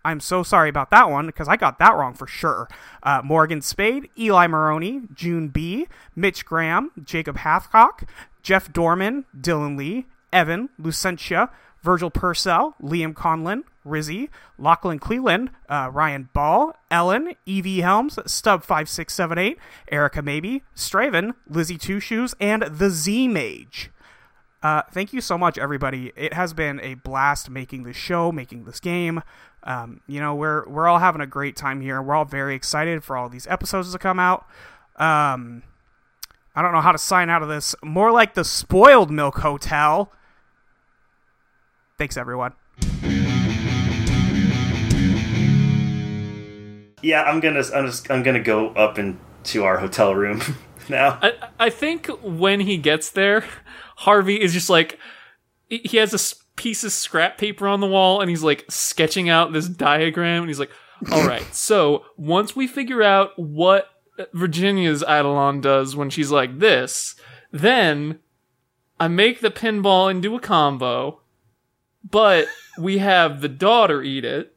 C: I'm so sorry about that one because I got that wrong for sure. Uh, Morgan Spade, Eli Maroney, June B, Mitch Graham, Jacob Hathcock, Jeff Dorman, Dylan Lee, Evan, Lucentia, Virgil Purcell, Liam Conlin, Rizzy, Lachlan Cleland, uh, Ryan Ball, Ellen, Evie Helms, Stub5678, Erica Maybe, Straven, Lizzie Two Shoes, and The Z Mage. Uh, thank you so much, everybody. It has been a blast making this show, making this game. Um, you know, we're we're all having a great time here. We're all very excited for all these episodes to come out. Um, I don't know how to sign out of this. More like the spoiled milk hotel. Thanks, everyone.
F: Yeah, I'm gonna I'm just I'm gonna go up into our hotel room now.
B: I, I think when he gets there, Harvey is just like he he has a s- piece of scrap paper on the wall and he's like sketching out this diagram and he's like, "All right, so once we figure out what Virginia's Eidolon does when she's like this, then I make the pinball into a combo, but we have the daughter eat it."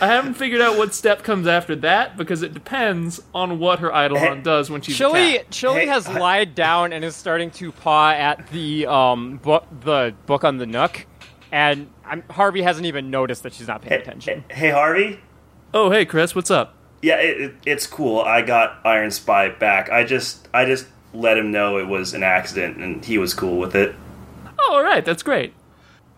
B: I haven't figured out what step comes after that because it depends on what her Eidolon does when she's
E: Chili,
B: attacked.
E: Chili
F: Hey, uh,
E: has
F: I-
E: lied down and is starting to paw at the um book, the book on the Nook, and I'm, Harvey hasn't even noticed that she's not paying attention.
F: Hey Harvey.
B: Oh, hey Chris, what's up?
F: Yeah, it, it, it's cool. I got Iron Spy back. I just I just let him know it was an accident, and he was cool with it.
B: Oh, all right, that's great.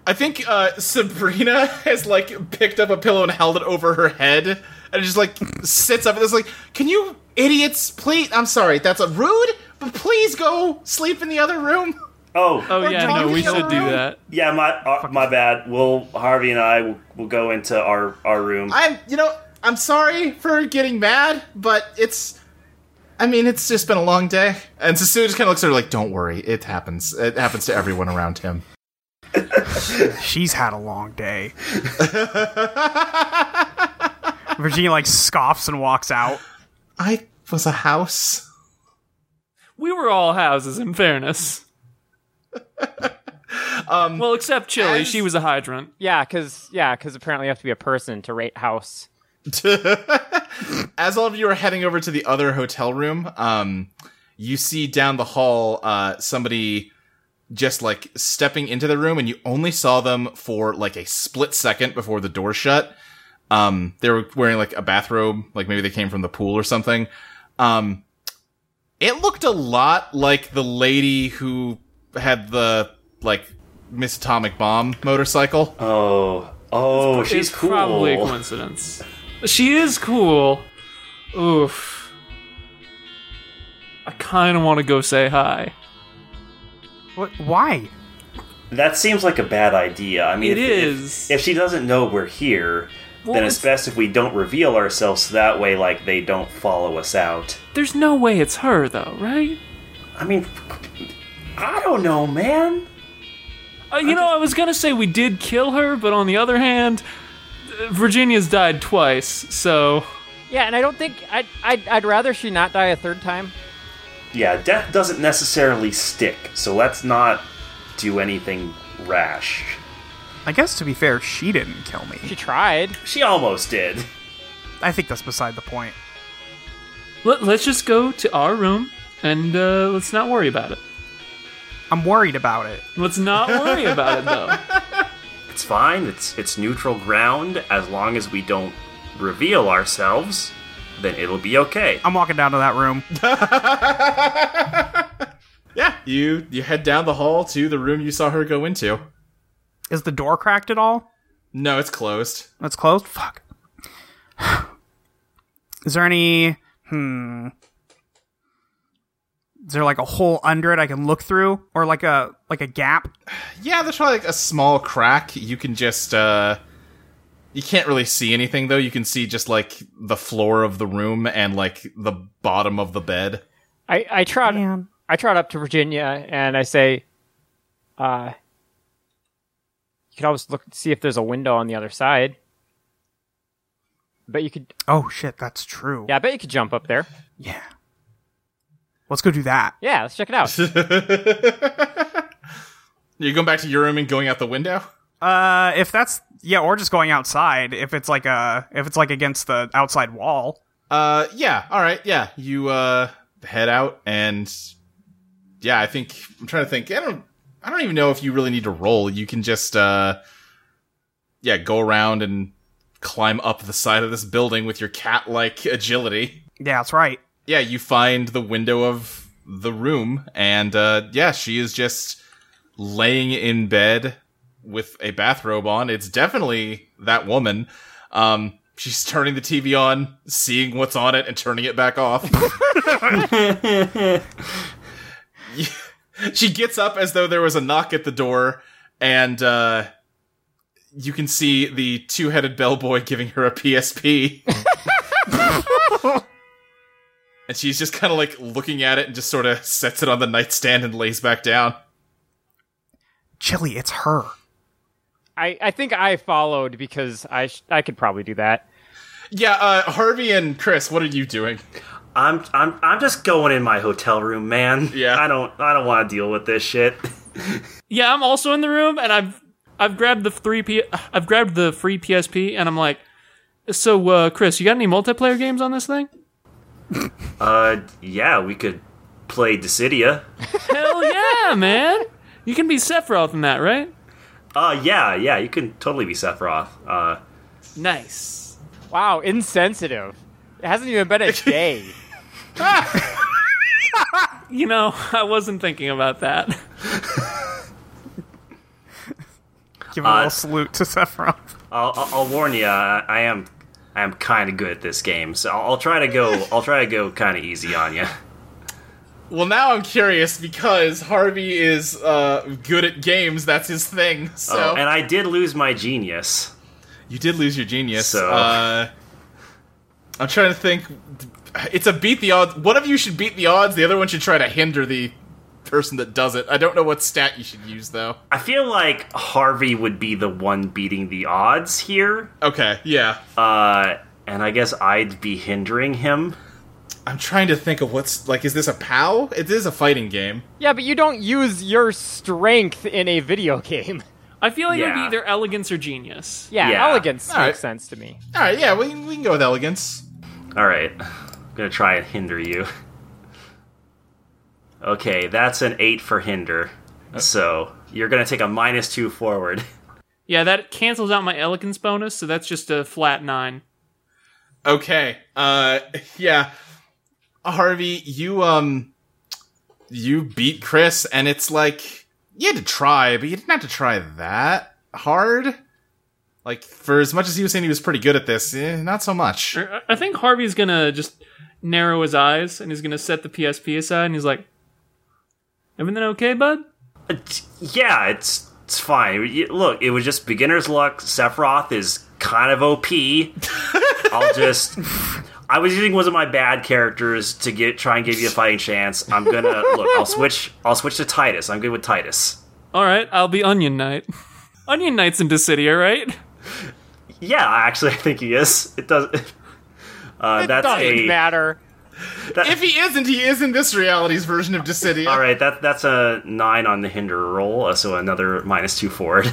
A: I think uh, Sabrina has like picked up a pillow and held it over her head, and just like sits up and is like, "Can you idiots please? I'm sorry, that's a rude, but please go sleep in the other room."
F: Oh,
B: Oh
A: We're
B: yeah, no,
A: talking
B: we
A: to
B: should
A: the
B: do
A: room.
B: that.
F: yeah, my uh, my bad. We'll Harvey and I will, will go into our our room.
A: I'm, you know, I'm sorry for getting mad, but it's. I mean, it's just been a long day. And Sasu just kind of looks at her like, "Don't worry, it happens. It happens to everyone around him."
C: She's had a long day. Virginia like scoffs and walks out.
A: I was a house.
B: We were all houses, in fairness. well, except Chili.
A: Um, as-
B: She was a hydrant.
E: Yeah, because yeah, 'cause apparently you have to be a person to rate house.
A: As all of you are heading over to the other hotel room, um, you see down the hall uh, somebody just like stepping into the room, and you only saw them for like a split second before the door shut. Um, they were wearing like a bathrobe, like maybe they came from the pool or something. Um, it looked a lot like the lady who had the like Miss Atomic Bomb motorcycle.
F: Oh, oh, she's
B: it's
F: cool.
B: probably a coincidence. She is cool. Oof. I kind of want to go say hi.
C: What? Why?
F: That seems like a bad idea. I mean,
B: It
F: if, if-
B: is.
F: If, she doesn't know we're here, then it's
B: it's-
F: best if we don't reveal ourselves. So that way, like, they don't follow us out.
B: There's no way it's her, though, right?
F: I mean, I don't know, man.
B: Uh, you know, I was gonna say we did kill her, but on the other hand, uh, Virginia's died twice, so
E: Yeah, and I don't think I'd, I'd I'd rather she not die a third time.
F: Yeah, death doesn't necessarily stick, so let's not do anything rash.
C: I guess to be fair, she didn't kill me.
E: She tried.
F: She almost did.
C: I think that's beside the point.
B: let, let's just go to our room and uh, let's not worry about it.
C: I'm worried about it.
B: Let's not worry about it, though.
F: It's fine. It's it's neutral ground as long as we don't reveal ourselves, then it'll be okay.
C: I'm walking down to that room.
A: Yeah, you you head down the hall to the room you saw her go into.
C: Is the door cracked at all?
A: No, it's closed.
C: That's closed. Fuck. Is there any? Hmm. Is there like a hole under it I can look through, or like a like a gap?
A: Yeah, there's probably like a small crack. You can just uh you can't really see anything though. You can see just like the floor of the room and like the bottom of the bed.
E: I I trot
C: Man.
E: I trot up to Virginia and I say, uh, you could always look see if there's a window on the other side. But you could
C: Oh shit, that's true.
E: yeah, I bet you could jump up there.
C: Yeah. Let's go do that.
E: Yeah, let's check it out.
A: You're going back to your room and going out the window?
C: Uh, if that's yeah, or just going outside. If it's like a if it's like against the outside wall.
A: Uh yeah, all right. Yeah, you uh head out and yeah, I think I'm trying to think. I don't I don't even know if you really need to roll. You can just uh yeah, go around and climb up the side of this building with your cat-like agility.
C: Yeah, that's right.
A: yeah, you find the window of the room, and uh, yeah, she is just laying in bed with a bathrobe on. It's definitely that woman. Um, she's turning the TV on, seeing what's on it, and turning it back off. she gets up as though there was a knock at the door, and uh, you can see the two headed bellboy giving her a PSP. And she's just kind of like looking at it and just sort of sets it on the nightstand and lays back down.
C: Chili, it's her.
E: I, I think I followed because I sh- I could probably do that.
A: Yeah, uh, Harvey and Chris, what are you doing?
F: I'm I'm I'm just going in my hotel room, man.
A: Yeah.
F: I don't I don't want to deal with this shit.
B: Yeah, I'm also in the room, and I've I've grabbed the three P I've grabbed the free PSP, and I'm like, so uh, Chris, you got any multiplayer games on this thing?
F: Uh, yeah, we could play Dissidia.
B: Hell yeah, man! You can be Sephiroth in that, right?
F: Uh, yeah, yeah, you can totally be Sephiroth. Uh,
B: Nice.
E: Wow, insensitive. It hasn't even been a day.
B: You know, I wasn't thinking about that.
C: Give a little
F: Uh,
C: salute to Sephiroth.
F: I'll, I'll, I'll warn you, I, I am I am kind of good at this game, so I'll, I'll try to go I'll try to go kind of easy on you.
A: Well, now I'm curious because Harvey is uh, good at games. That's his thing. So
F: Oh, and I did lose my genius.
A: you did lose your genius.
F: So-
A: Uh, I'm trying to think. It's a beat the odds. One of you should beat the odds. The other one should try to hinder the person that does it. I don't know what stat you should use though.
F: I feel like Harvey would be the one beating the odds here,
A: Okay, yeah.
F: uh, and I guess I'd be hindering him.
A: I'm trying to think of what's like. Is this a POW? It is a fighting game.
E: Yeah, but you don't use your strength in a video game.
B: I feel like it
F: Yeah.
B: would be either elegance or genius.
E: Yeah,
F: Yeah.
E: elegance
A: All right.
E: makes sense to me.
A: All right, yeah, we we can go with elegance.
F: All right, I'm gonna try and hinder you. Okay, that's an eight for hinder. So you're gonna take a minus two forward.
B: Yeah, that cancels out my elegance bonus, so that's just a flat nine.
A: Okay. Uh yeah. Harvey, you um you beat Chris and it's like you had to try, but you didn't have to try that hard. Like for as much as he was saying he was pretty good at this, eh, not so much.
B: I- I think Harvey's gonna just narrow his eyes and he's gonna set the PSP aside and he's like, "Everything okay, bud?"
F: It's- yeah, it's it's fine. You- Look, it was just beginner's luck. Sephiroth is kind of OP. I'll just. I was using one of my bad characters to get try and give you a fighting chance. I'm gonna look. I'll switch. I'll switch to Titus. I'm good with Titus.
B: All right, I'll be Onion Knight. Onion Knight's in Dissidia, right?
F: Yeah, actually, I think he is. It does. Uh, that's
E: Doesn't
F: a.
E: matter.
F: that-
A: If he isn't, he is in this reality's version of Dissidia.
F: all right, that that's a nine on the hinder roll. uh, So another minus two forward.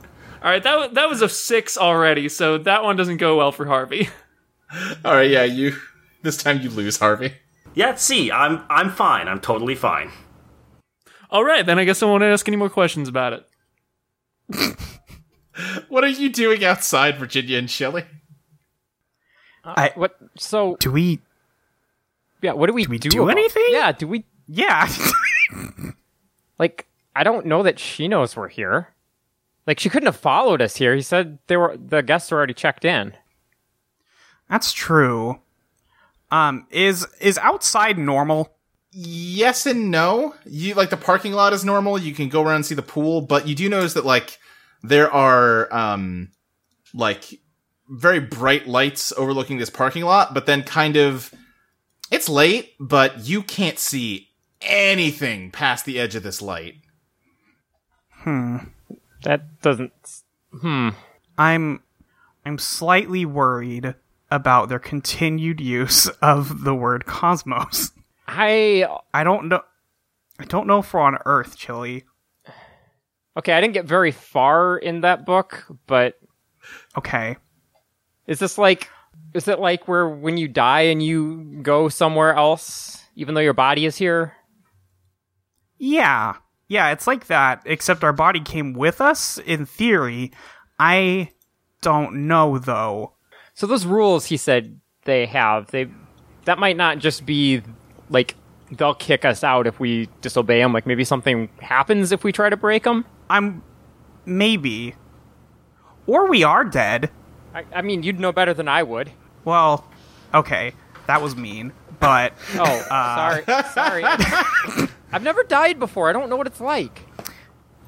B: All right, that wa- that was a six already, so that one doesn't go well for Harvey.
A: All right, yeah, you this time you lose, Harvey.
F: Yeah, see, I'm I'm fine. I'm totally fine.
B: All right, then I guess I won't ask any more questions about it.
A: What are you doing outside Virginia and Shelley?
C: I,
E: What? So
C: do we
E: yeah, what do we
C: do we do,
E: about-
C: anything?
E: Yeah, do we
C: Yeah.
E: like? I don't know that she knows we're here. Like she couldn't have followed us here. He said they were the guests were already checked in.
C: That's true. Um, is is outside normal?
A: yes and no. You like the parking lot is normal. You can go around and see the pool, but you do notice that like there are um like very bright lights overlooking this parking lot, but then kind of it's late, but you can't see anything past the edge of this light.
C: Hmm.
E: That doesn't.
C: I'm I'm slightly worried about their continued use of the word cosmos.
E: I
C: I don't know I don't know if we're on Earth, Chili.
E: okay. I didn't get very far in that book, but
C: Okay.
E: Is this like is it like where when you die and you go somewhere else even though your body is here?
C: Yeah. Yeah, it's like that, except our body came with us in theory. I don't know though.
E: So those rules he said they have, they that might not just be like they'll kick us out if we disobey them, like maybe something happens if we try to break them.
C: I'm maybe or we are dead.
E: I, I mean, you'd know better than I would.
C: Well, okay. That was mean, but
E: Oh, sorry. Sorry. I've never died before. I don't know what it's like.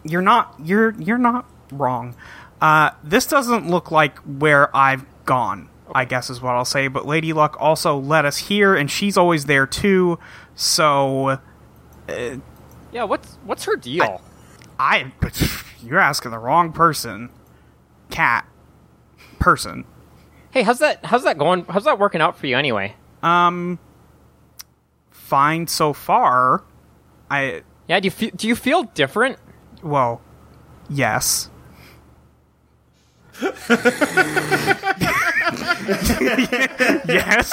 C: you're not you're you're not wrong. Uh, this doesn't look like where I've gone. I guess is what I'll say. But Lady Luck also led us here, and she's always there too. So
E: Yeah, what's what's her deal?
C: I, you're asking the wrong person, cat person.
E: hey, how's that how's that going? How's that working out for you anyway?
C: Um, Fine so far. I
E: Yeah, do you fe- do you feel different?
C: well, yes. yes.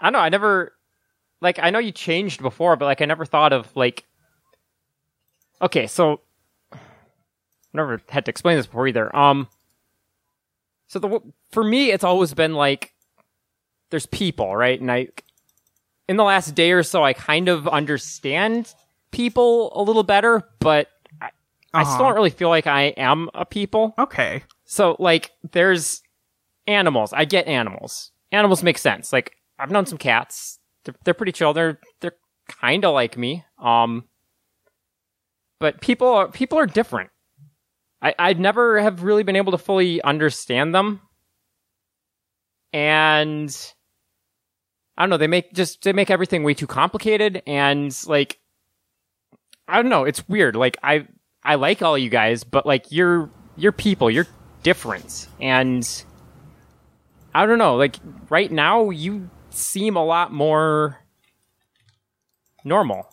E: I don't know. I never, like, I know you changed before, but like, I never thought of like. Okay, so never had to explain this before either. Um, so the for me, it's always been like there's people, right? And I, in the last day or so, I kind of understand people a little better, but I, I still
C: Uh-huh.
E: don't really feel like I am a people.
C: Okay.
E: So like there's animals. I get animals. Animals make sense. Like I've known some cats. They're they're pretty chill. They're they're kind of like me. Um but people are people are different. I I'd never have really been able to fully understand them. And I don't know. They make just they make everything way too complicated, and like I don't know. It's weird. Like I I like all you guys, but like you're you're people. You're different, and I don't know. Like right now, you seem a lot more normal.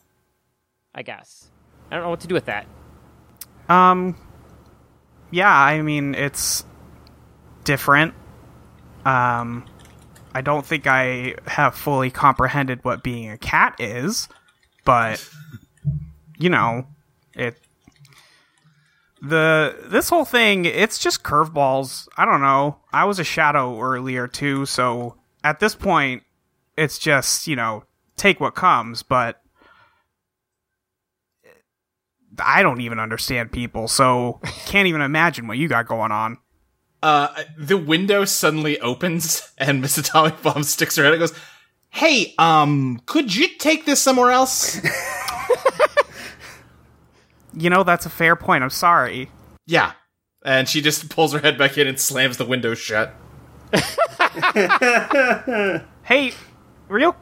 E: I guess I don't know what to do with that.
C: Um, yeah, I mean it's different. Um, I don't think I have fully comprehended what being a cat is, but you know, it the this whole thing it's just curveballs. I don't know. I was a shadow earlier too, so at this point, it's just you know take what comes, but. I don't even understand people, so can't even imagine what you got going on.
A: Uh, the window suddenly opens, and Miss Atomic Bomb sticks her head and goes, "Hey, um, could you take this somewhere else?"
C: You know, that's a fair point. I'm sorry.
A: yeah, and she just pulls her head back in and slams the window shut.
C: Hey, real.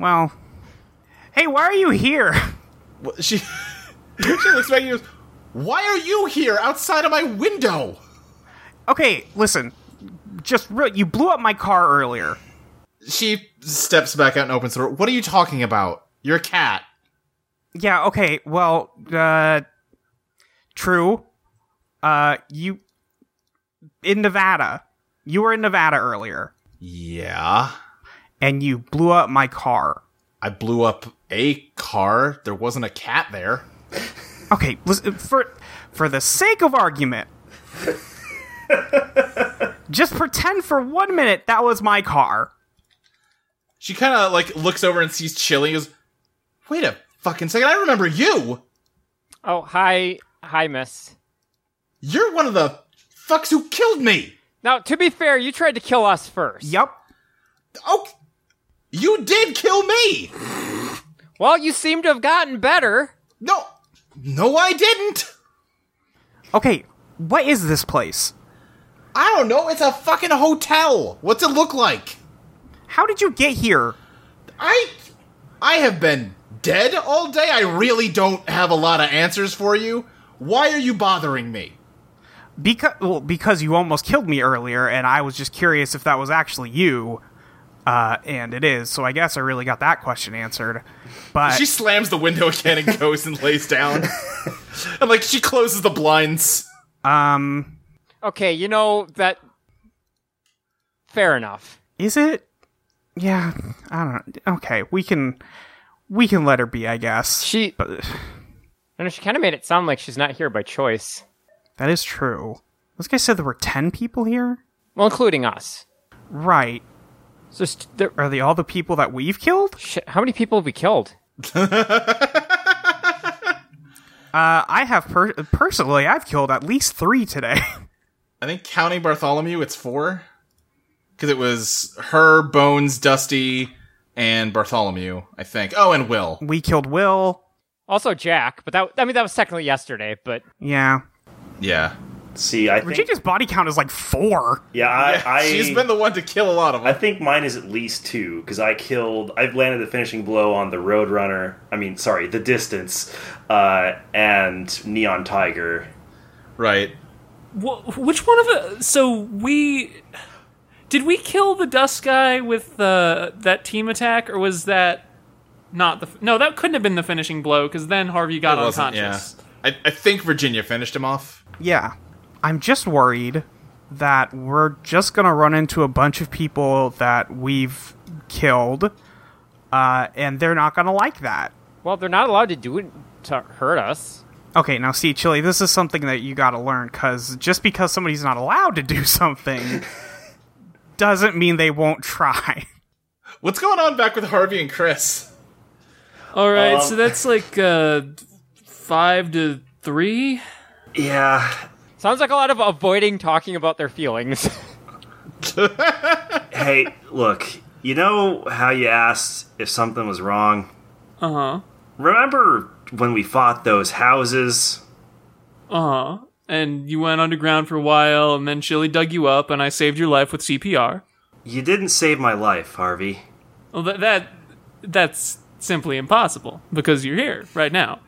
C: Well. Hey, why are you here?
A: Wh- She she looks back and goes, "Why are you here outside of my window?"
C: Okay, listen. Just real. You blew up my car earlier.
A: She steps back out and opens the door. What are you talking about? You're a cat.
C: Yeah, okay. Well, uh. True. Uh, you. In Nevada. You were in Nevada earlier,
A: Yeah,
C: and you blew up my car.
A: I blew up a car. There wasn't a cat there.
C: Okay, listen, for for the sake of argument, just pretend for one minute that was my car.
A: She kind of like looks over and sees Chili. and Goes, wait a fucking second. I remember you.
E: Oh hi hi Miss.
A: You're one of the fucks who killed me.
E: Now to be fair, you tried to kill us first.
C: Yep.
A: Oh, you did kill me.
E: Well, you seem to have gotten better.
A: No, no, I didn't.
C: Okay, what is this place?
A: I don't know. It's a fucking hotel. What's it look like?
C: How did you get here?
A: I, I have been dead all day. I really don't have a lot of answers for you. Why are you bothering me?
C: Because well, because you almost killed me earlier, and I was just curious if that was actually you. Uh, and it is, so I guess I really got that question answered. But
A: She slams the window again and goes and lays down. and like she closes the blinds.
C: um,
E: Okay, you know that. Fair enough.
C: is it? Yeah, I don't. Okay, we can we can let her be, I guess.
E: She,
C: but
E: I know she kind of made it sound like she's not here by choice.
C: That is true. This guy said there were 10 people here?
E: Well, including us.
C: Right.
E: So, st- there,
C: Are they all the people that we've killed?
E: shit, how many people have we killed?
C: Uh, I have per- personally, I've killed at least three today.
A: I think counting Bartholomew, it's four. Because it was her, Bones, Dusty, and Bartholomew, I think. Oh, and Will.
C: we killed Will.
E: Also, Jack, but that—I mean, that was technically yesterday. But
C: Yeah.
A: Yeah.
F: See, I think
C: Virginia's body count is like four.
F: yeah, I, I
A: She's been the one to kill a lot of
F: I
A: them.
F: think mine is at least two because I killed. I've landed the finishing blow on the Roadrunner. I mean, sorry, the Distance, uh, and Neon Tiger.
A: Right.
B: Wh- which one of the so we did we kill the dust guy with uh, that team attack or was that not the no that couldn't have been the finishing blow because then harvey got
A: It wasn't,
B: unconscious
A: yeah. I, I think Virginia finished him off.
C: Yeah. I'm just worried that we're just going to run into a bunch of people that we've killed, uh, and they're not going to like that.
E: well, they're not allowed to do it to hurt us.
C: Okay, now see, Chili, this is something that you gotta learn, because just because somebody's not allowed to do something doesn't mean they won't try.
A: What's going on back with Harvey and Chris?
B: all right
F: Um,
B: so that's like uh five to three
F: Yeah,
E: Sounds like a lot of avoiding talking about their feelings.
F: hey, look, you know how you asked if something was wrong?
B: uh-huh
F: Remember when we fought those houses?
B: uh-huh and you went underground for a while and then chili dug you up and i saved your life with cpr
F: You didn't save my life, Harvey.
B: Well, that, that that's simply impossible because you're here right now.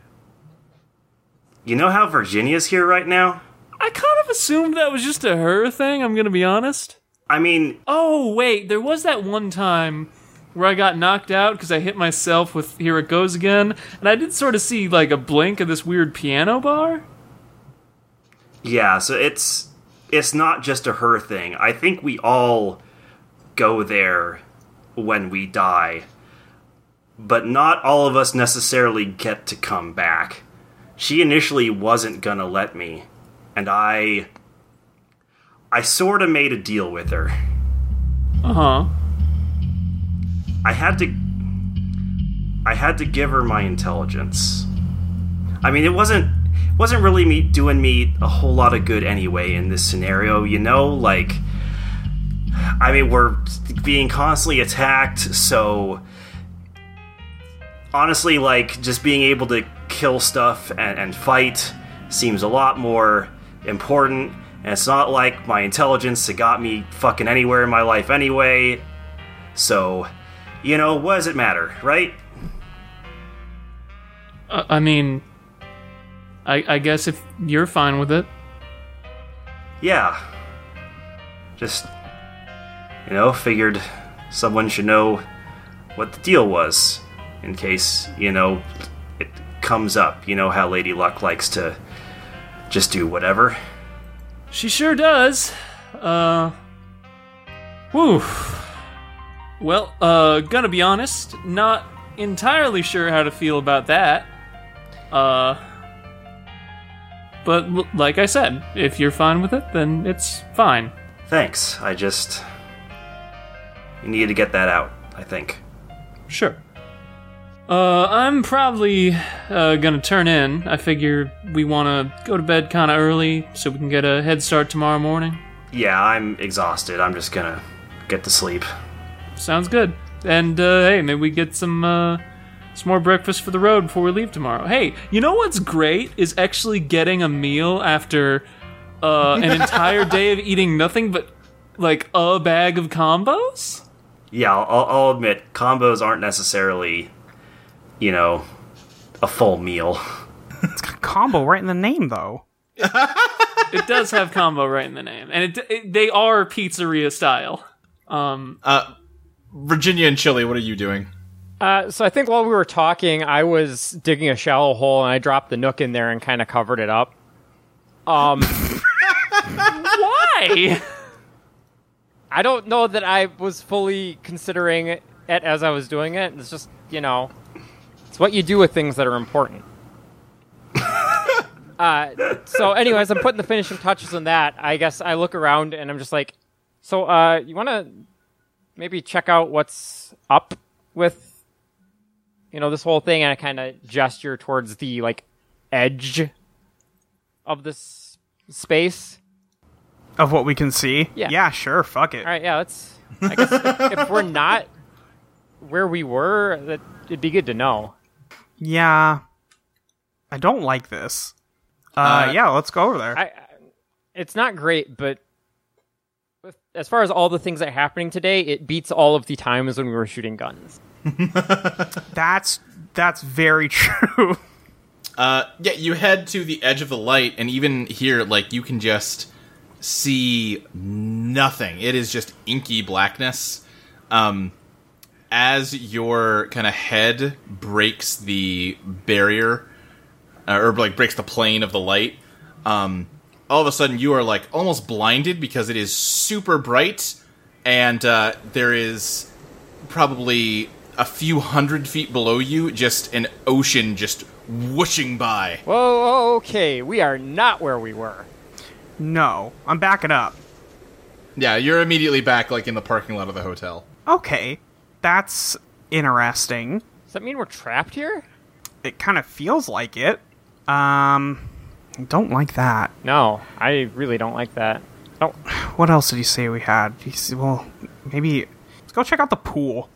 F: You know how Virginia's here right now?
B: I kind of assumed that was just a her thing. I'm gonna be honest.
F: I mean,
B: Oh wait, there was that one time where I got knocked out because I hit myself with "Here It Goes Again," and I did sort of see like a blink of this weird piano bar.
F: yeah, so it's it's not just a her thing. I think we all go there when we die. But not all of us necessarily get to come back. She initially wasn't going to let me, and I I sort of made a deal with her.
B: Uh huh.
F: I had to I had to give her my intelligence. I mean, it wasn't it wasn't really me doing me a whole lot of good anyway in this scenario, you know, like I mean, we're being constantly attacked, so honestly, like just being able to kill stuff and, and fight seems a lot more important. And it's not like my intelligence that got me fucking anywhere in my life anyway. So, you know, what does it matter, right?
B: Uh, I mean, I, I guess if you're fine with it,
F: Yeah. Just, you know, figured someone should know what the deal was in case, you know, it comes up. You know how Lady Luck likes to just do whatever.
B: she sure does. Uh, whew. Well, uh, gonna be honest, not entirely sure how to feel about that. Uh, but l- like I said, if you're fine with it, then it's fine.
F: Thanks. I just needed to get that out, I think.
B: Sure. Uh, I'm probably uh, gonna turn in. I figure we want to go to bed kind of early so we can get a head start tomorrow morning.
F: Yeah, I'm exhausted. I'm just gonna get to sleep.
B: Sounds good. And uh, hey, maybe we get some uh, some more breakfast for the road before we leave tomorrow. Hey, you know what's great is actually getting a meal after uh, an entire day of eating nothing but like a bag of combos.
F: yeah, I'll, I'll admit combos aren't necessarily, you know, a full meal.
C: Combo right in the name, though.
B: It does have combo right in the name, and it, it they are pizzeria style. Um,
A: Uh, Virginia and Chile, what are you doing?
E: Uh, so I think while we were talking, I was digging a shallow hole and I dropped the nook in there and kind of covered it up. Um,
B: Why?
E: I don't know that I was fully considering it as I was doing it. It's just you know, it's what you do with things that are important. uh, so, anyways, I'm putting the finishing touches on that. I guess I look around and I'm just like, so uh, you want to maybe check out what's up with you know this whole thing and i kind of gesture towards the like edge of this space
C: Of what we can see.
E: Yeah.
C: sure. Fuck it.
E: all right yeah let's i guess if, if we're not where we were that it'd be good to know
C: Yeah. I don't like this. Uh,
A: Uh,
C: yeah, let's go over there.
E: I, I it's not great but with, as far as all the things that are happening today it beats all of the times when we were shooting guns
C: that's that's very true.
A: Uh, yeah, you head to the edge of the light, and even here, like you can just see nothing. It is just inky blackness. Um, as your kind of head breaks the barrier, uh, or like breaks the plane of the light, um, all of a sudden you are like almost blinded because it is super bright, and uh, there is probably a few hundred feet below you just an ocean just whooshing by.
E: whoa, whoa okay we are not where we were
C: no, I'm backing up.
A: Yeah, you're immediately back like in the parking lot of the hotel.
C: Okay, that's interesting.
E: does that mean we're trapped here
C: It kind of feels like it. Um, I don't like that.
E: no i really don't like that oh
C: What else did he say we had? He said, well, maybe let's go check out the pool.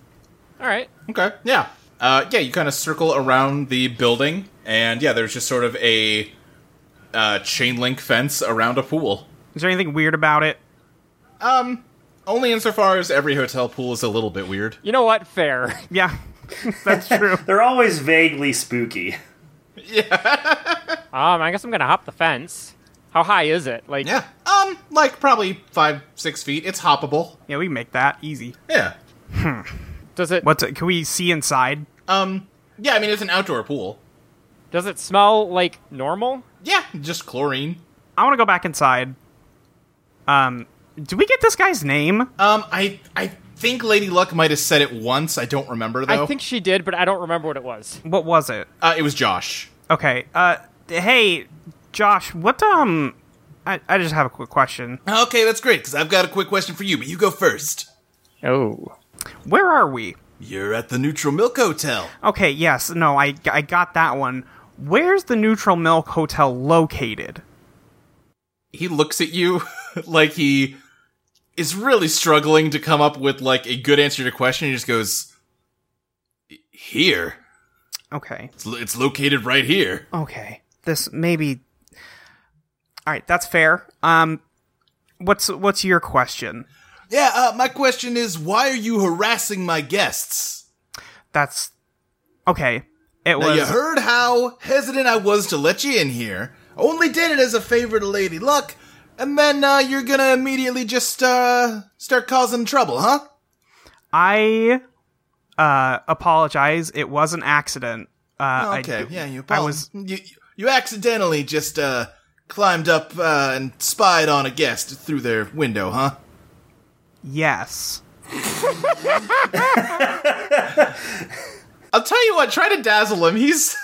E: all right
A: Okay. Yeah. Uh, yeah, you kind of circle around the building, and yeah, there's just sort of a uh, chain link fence around a pool.
C: Is there anything weird about it?
A: Only insofar as every hotel pool is a little bit weird.
E: You know what? Fair.
C: Yeah, that's true.
F: They're always vaguely spooky.
E: Um, I guess I'm gonna hop the fence. How high is it? Like,
A: Yeah. Um, like probably five, six feet. It's hoppable.
C: yeah, we can make that easy.
A: Yeah.
E: does it
C: What's it? Can we see inside?
A: Um, yeah, I mean, it's an outdoor pool.
E: does it smell like normal?
A: Yeah, just chlorine.
C: I want to go back inside. Um, do we get this guy's name?
A: Um, I, I think Lady Luck might have said it once. I don't remember, though.
E: I think she did, but I don't remember what it was.
C: What was it?
A: uh, it was Josh.
C: Okay. Uh, hey, Josh. What um, I, I just have a quick question.
A: Okay, that's great, because I've got a quick question for you, but you go first.
E: Oh,
C: Where are we?
A: You're at the Neutral Milk Hotel.
C: Okay. Yes. No. I I got that one. Where's the Neutral Milk Hotel located?
A: He looks at you like he is really struggling to come up with, like, a good answer to your question. He just goes, here.
C: Okay.
A: It's, lo- it's located right here.
C: Okay. This maybe. All right. That's fair. Um, what's what's your question?
A: Yeah, uh, my question is, why are you harassing my guests?
C: That's okay. It
A: Now,
C: was
A: you heard how hesitant I was to let you in here. I only did it as a favor to Lady Luck, and then uh, you're gonna immediately just uh, start causing trouble, huh?
C: I uh apologize. It was an accident. Uh,
A: Oh, okay,
C: I,
A: yeah, you.
C: I
A: apol-
C: was
A: you. You accidentally just uh, climbed up uh, and spied on a guest through their window, huh?
C: yes.
A: I'll tell you what. Try to dazzle him. He's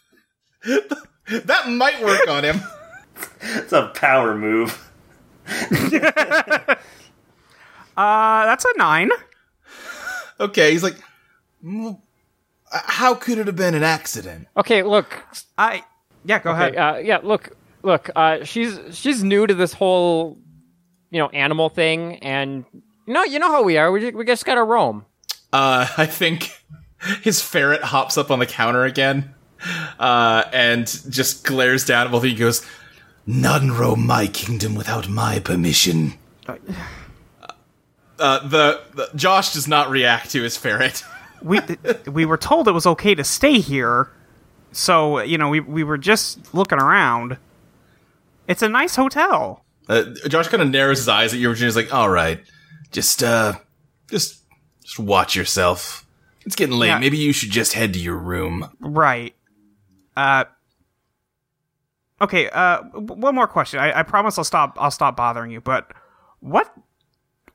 A: that might work on him.
F: It's a power move.
C: Uh, that's a nine.
A: Okay, he's like, "Mm, uh, how could it have been an accident?
E: okay. Look,
C: I yeah. Go ahead.
E: Okay, uh, yeah, look, look. Uh, she's she's new to this whole, you know, animal thing, and you know, you know how we are. We just, we just gotta roam.
A: Uh, I think his ferret hops up on the counter again, uh, and just glares down at both of you. and Goes, none roam my kingdom without my permission. Uh, the, the Josh does not react to his ferret.
C: we we were told it was okay to stay here, so you know we we were just looking around. It's a nice hotel.
A: Uh, Josh kind of narrows his eyes at you, and he's like, "All right, just uh, just just watch yourself. It's getting late.
C: Yeah.
A: Maybe you should just head to your room."
C: Right. Uh. Okay. Uh. w- One more question. I, I promise I'll stop. I'll stop bothering you. But what?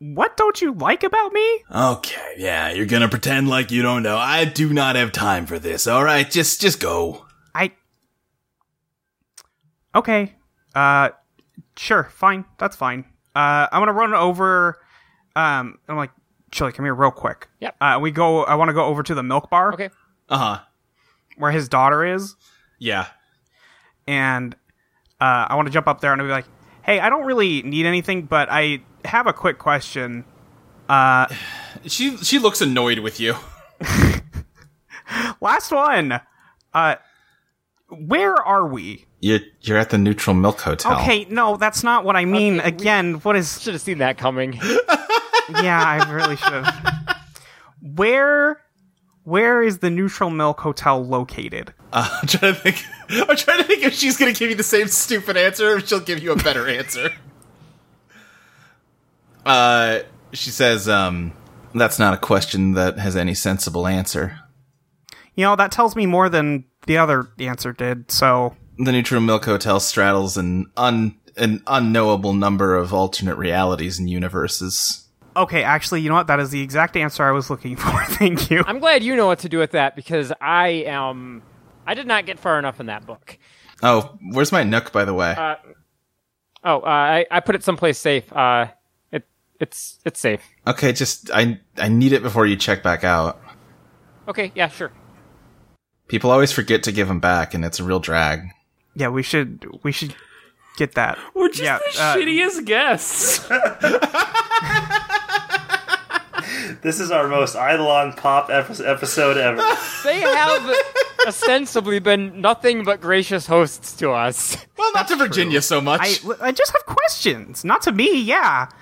C: What don't you like about me?
A: Okay, yeah, you're gonna pretend like you don't know. I do not have time for this. All right, just just go.
C: I. Okay. Uh. Sure. Fine. That's fine. Uh. I'm gonna run over. Um. I'm like, Chili, come here real quick.
E: Yep.
C: Uh. We go. I want to go over to the milk bar
E: Okay.
A: Uh huh.
C: where his daughter is.
A: Yeah.
C: and uh, I want to jump up there and be like, "Hey, I don't really need anything, but I have a quick question.
A: She she looks annoyed with you.
C: Last one. Uh, where are we?
A: You're you're at the Neutral Milk Hotel.
C: Okay, no, that's not what I mean.
E: Okay, we-
C: Again, what is?
E: Should have seen that coming.
C: Yeah, I really should have. where, where is the Neutral Milk Hotel located?
A: Uh, I'm trying to think. I'm trying to think if she's gonna give you the same stupid answer, or if she'll give you a better answer. Uh, she says, um, that's not a question that has any sensible answer.
C: You know, that tells me more than the other answer did. So,
A: The Neutral Milk Hotel straddles an un an unknowable number of alternate realities and universes.
C: okay, actually, you know what? That is the exact answer I was looking for. Thank you.
E: I'm glad you know what to do with that because I am. I did not get far enough in that book.
A: Oh, where's my nook, by the way?
E: Oh, uh, I I put it someplace safe. Uh, it it's it's safe.
A: okay, just I I need it before you check back out.
E: Okay. Yeah. Sure.
A: People always forget to give them back, and it's a real drag.
C: Yeah, we should we should get that.
B: We're just
C: Yeah,
B: the
C: uh,
B: shittiest guests.
F: This is our most Eidolon pop epi- episode ever.
E: They have ostensibly been nothing but gracious hosts to us.
A: Well, not to Virginia so much.
C: I, I just have questions. Not to me, yeah. uh,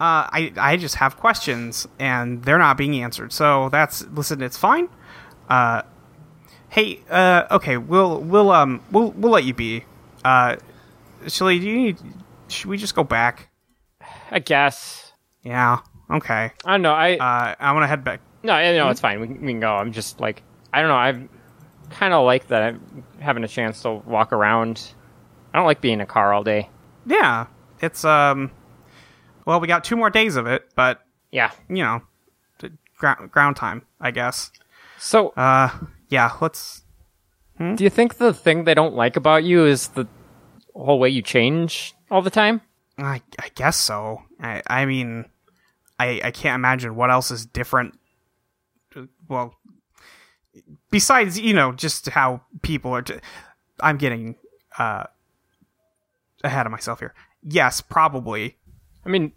C: I I just have questions and they're not being answered. So that's listen, it's fine. Uh, hey, uh, okay, we'll we'll um we'll we'll let you be. Uh, Shelly, do you need? Should we just go back?
E: I guess.
C: Yeah. Okay.
E: I don't know. I
C: Uh, hmm? I want to head back.
E: no, I- no, it's fine. We, can- we can go. I'm just like I don't know. I kind of like that. I'm having a chance to walk around. I don't like being in a car all day.
C: Yeah. It's um. Well, we got two more days of it, but
E: Yeah.
C: you know, t- ground ground time, I guess.
E: So,
C: Uh, hmm? yeah. Let's.
E: do you think the thing they don't like about you is the whole way you change all the time?
C: I, I guess so. I, I mean, I, I can't imagine what else is different. Uh, Well, besides, you know, just how people are. T- I'm getting uh, ahead of myself here. Yes, probably.
E: I mean,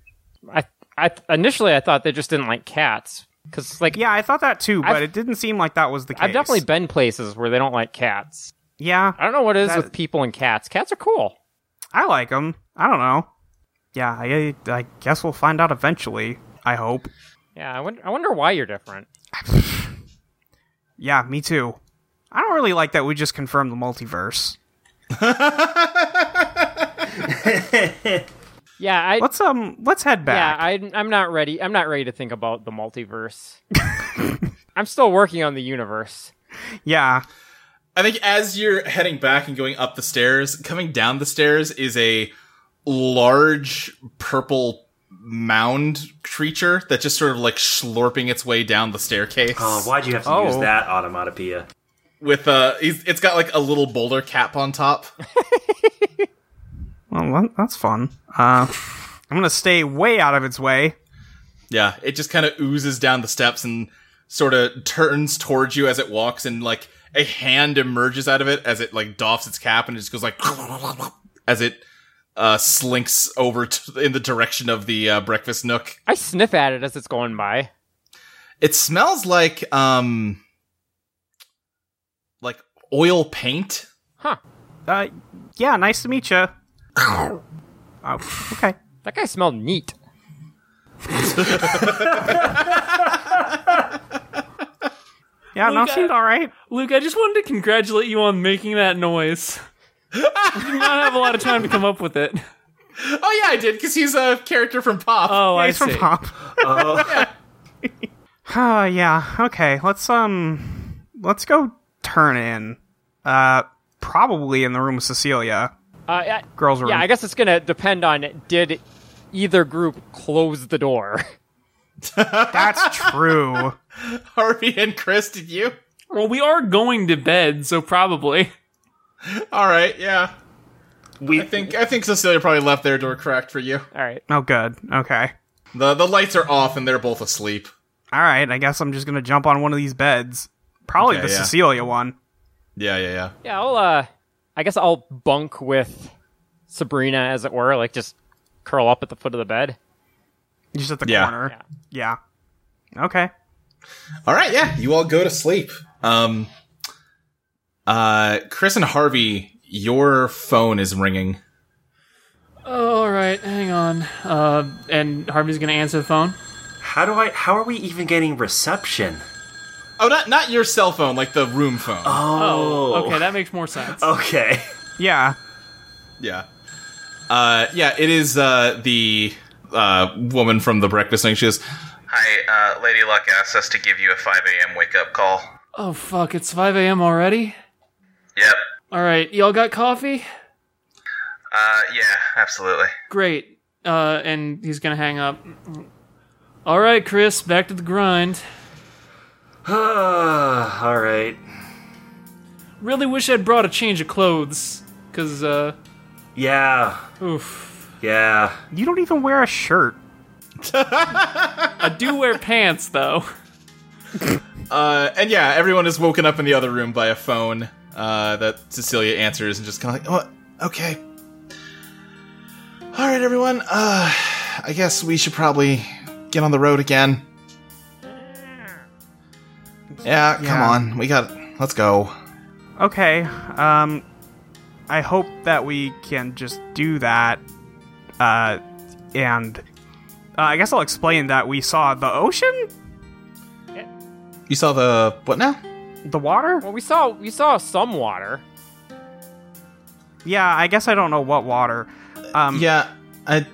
E: I, I initially I thought they just didn't like cats because like
C: Yeah, I thought that too, but
E: I've-
C: it didn't seem like that was the case.
E: I've definitely been places where they don't like cats.
C: Yeah,
E: I don't know what it is
C: That-
E: with people and cats. Cats are cool.
C: I like them. I don't know. Yeah, I, I guess we'll find out eventually. I hope.
E: Yeah, I wonder, I wonder why you're different.
C: Yeah, me too. I don't really like that we just confirmed the multiverse.
E: Yeah, I
C: Let's um, let's head back.
E: yeah I I'm not ready. I'm not ready to think about the multiverse. I'm still working on the universe.
C: Yeah.
A: I think as you're heading back and going up the stairs, coming down the stairs is a large purple mound creature that just sort of like slurping its way down the staircase.
F: Oh, why'd you have to use
C: Oh.
F: that automatopoeia?
A: With uh, he's- it's got like a little boulder cap on top.
C: Well, that- that's fun. Uh, I'm gonna stay way out of its way.
A: yeah, it just kind of oozes down the steps and sort of turns towards you as it walks, and like a hand emerges out of it as it like doffs its cap and it just goes like as it uh slinks over t- in the direction of the uh, breakfast nook.
E: I sniff at it as it's going by.
A: It smells like um like oil paint.
E: Huh?
C: Uh, yeah, nice to meet you. oh, okay.
E: That guy smelled neat.
C: Yeah, no,
B: Luca.
C: seemed all right.
B: Luke, I just wanted to congratulate you on making that noise. you did not have a lot of time to come up with it.
A: Oh yeah, I did cuz he's a character from Pop.
B: Oh, I
C: He's from
B: see.
C: Pop.
F: Oh,
C: Uh, yeah. Okay. Let's um, let's go turn in. Uh, probably in the room with Cecilia.
E: Uh, yeah,
C: Girls' room.
E: yeah, I guess it's gonna depend on did either group close the door.
C: That's true.
A: Harvey and Chris, did you?
B: Well, we are going to bed, so probably.
A: All right, yeah.
F: we
A: I think I think Cecilia probably left their door cracked for you.
E: All right.
C: Oh, good. Okay.
A: The the lights are off and they're both asleep.
C: All right. I guess I'm just gonna jump on one of these beds. Probably
A: Okay,
C: the
A: yeah.
C: Cecilia one.
A: Yeah, yeah, yeah.
E: Yeah, I'll uh I guess I'll bunk with Sabrina as it were, like just curl up at the foot of the bed.
C: Just at the
A: Yeah.
C: corner. Yeah. Okay.
A: All right, yeah. You all go to sleep. Um uh Chris and Harvey, your phone is ringing.
B: Oh, all right, hang on. Uh, and Harvey's gonna answer the phone.
F: how do I? How are we even getting reception?
A: Oh, not not your cell phone, like the room phone.
F: Oh,
B: Okay, that makes more sense.
F: okay.
C: Yeah.
A: Yeah. Uh, yeah, it is uh, the uh, woman from the breakfast thing. She goes, Hi, uh, Lady Luck asked us to give you a 5 a.m. wake up call.
B: Oh fuck, it's 5 a.m. already.
A: Yep.
B: All right, y'all got coffee?
A: Uh, yeah, absolutely.
B: Great. Uh, and he's gonna hang up. All right, Chris, back to the grind.
F: All right.
B: Really wish I'd brought a change of clothes, cause uh,
F: Yeah,
B: oof.
F: yeah.
C: You don't even wear a shirt.
B: I do wear pants though.
A: Uh, and yeah, everyone is woken up in the other room by a phone uh, that Cecilia answers and just kind of like, oh, okay. All right, everyone. Uh, I guess we should probably get on the road again. Yeah, come
C: Yeah.
A: on. We got. Let's go.
C: Okay. Um, I hope that we can just do that. Uh, and Uh, I guess I'll explain that we saw the ocean,
A: You saw the what now?
C: the water.
E: Well, we saw we saw some water.
C: Yeah, I guess I don't know what water. Um,
A: Yeah, I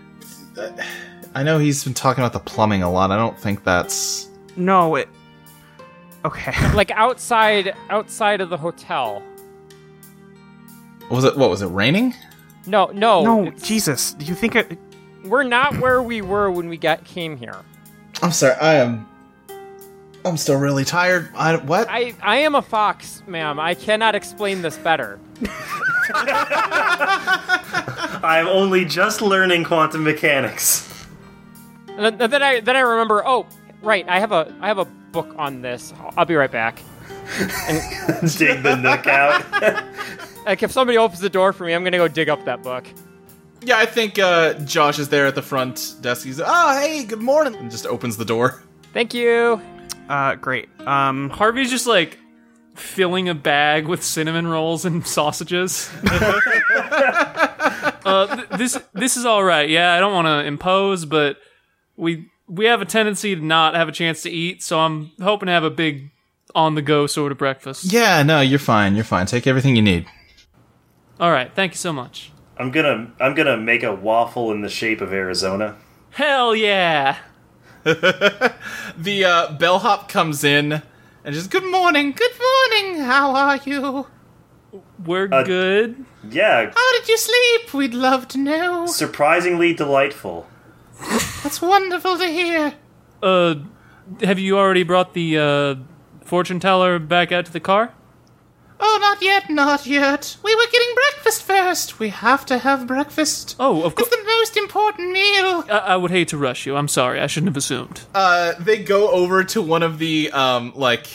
A: I know he's been talking about the plumbing a lot. I don't think that's
C: No, it. Okay.
E: Like outside outside of the hotel.
A: was it. What was it? Raining?
E: No, no.
C: no,
E: Oh, it's-
C: Jesus. Do you think it?
E: We're not where we were when we got came here.
A: I'm sorry. I am. I'm still really tired. I what?
E: I I am a fox, ma'am. I cannot explain this better.
F: I'm only just learning quantum mechanics.
E: And then, then I then I remember. Oh, right. I have a I have a book on this. I'll, I'll be right back.
F: Dig the nook out.
E: Like if somebody opens the door for me, I'm gonna go dig up that book.
A: yeah, I think uh, Josh is there at the front desk. He's oh hey, good morning, and just opens the door.
E: Thank you.
C: Uh, great. Um,
B: Harvey's just like filling a bag with cinnamon rolls and sausages. uh, th- this this is all right. Yeah, I don't want to impose, but we we have a tendency to not have a chance to eat, so I'm hoping to have a big on the go sort of breakfast.
A: Yeah, no, you're fine. You're fine. Take everything you need.
B: All right, thank you so much.
F: I'm gonna I'm gonna make a waffle in the shape of Arizona.
B: Hell yeah.
A: The uh, bellhop comes in and just good morning, good morning. How are you?
B: We're
F: Uh,
B: good.
F: Yeah,
A: How did you sleep? We'd love to know.
F: surprisingly delightful.
A: That's wonderful to hear.
B: Uh have you already brought the uh fortune teller back out to the car?
A: Oh, not yet, not yet. We were getting breakfast first. We have to have breakfast.
B: Oh, of course.
A: It's the most important meal.
B: I-, I would hate to rush you. I'm sorry. I shouldn't have assumed.
A: Uh, they go over to one of the um, like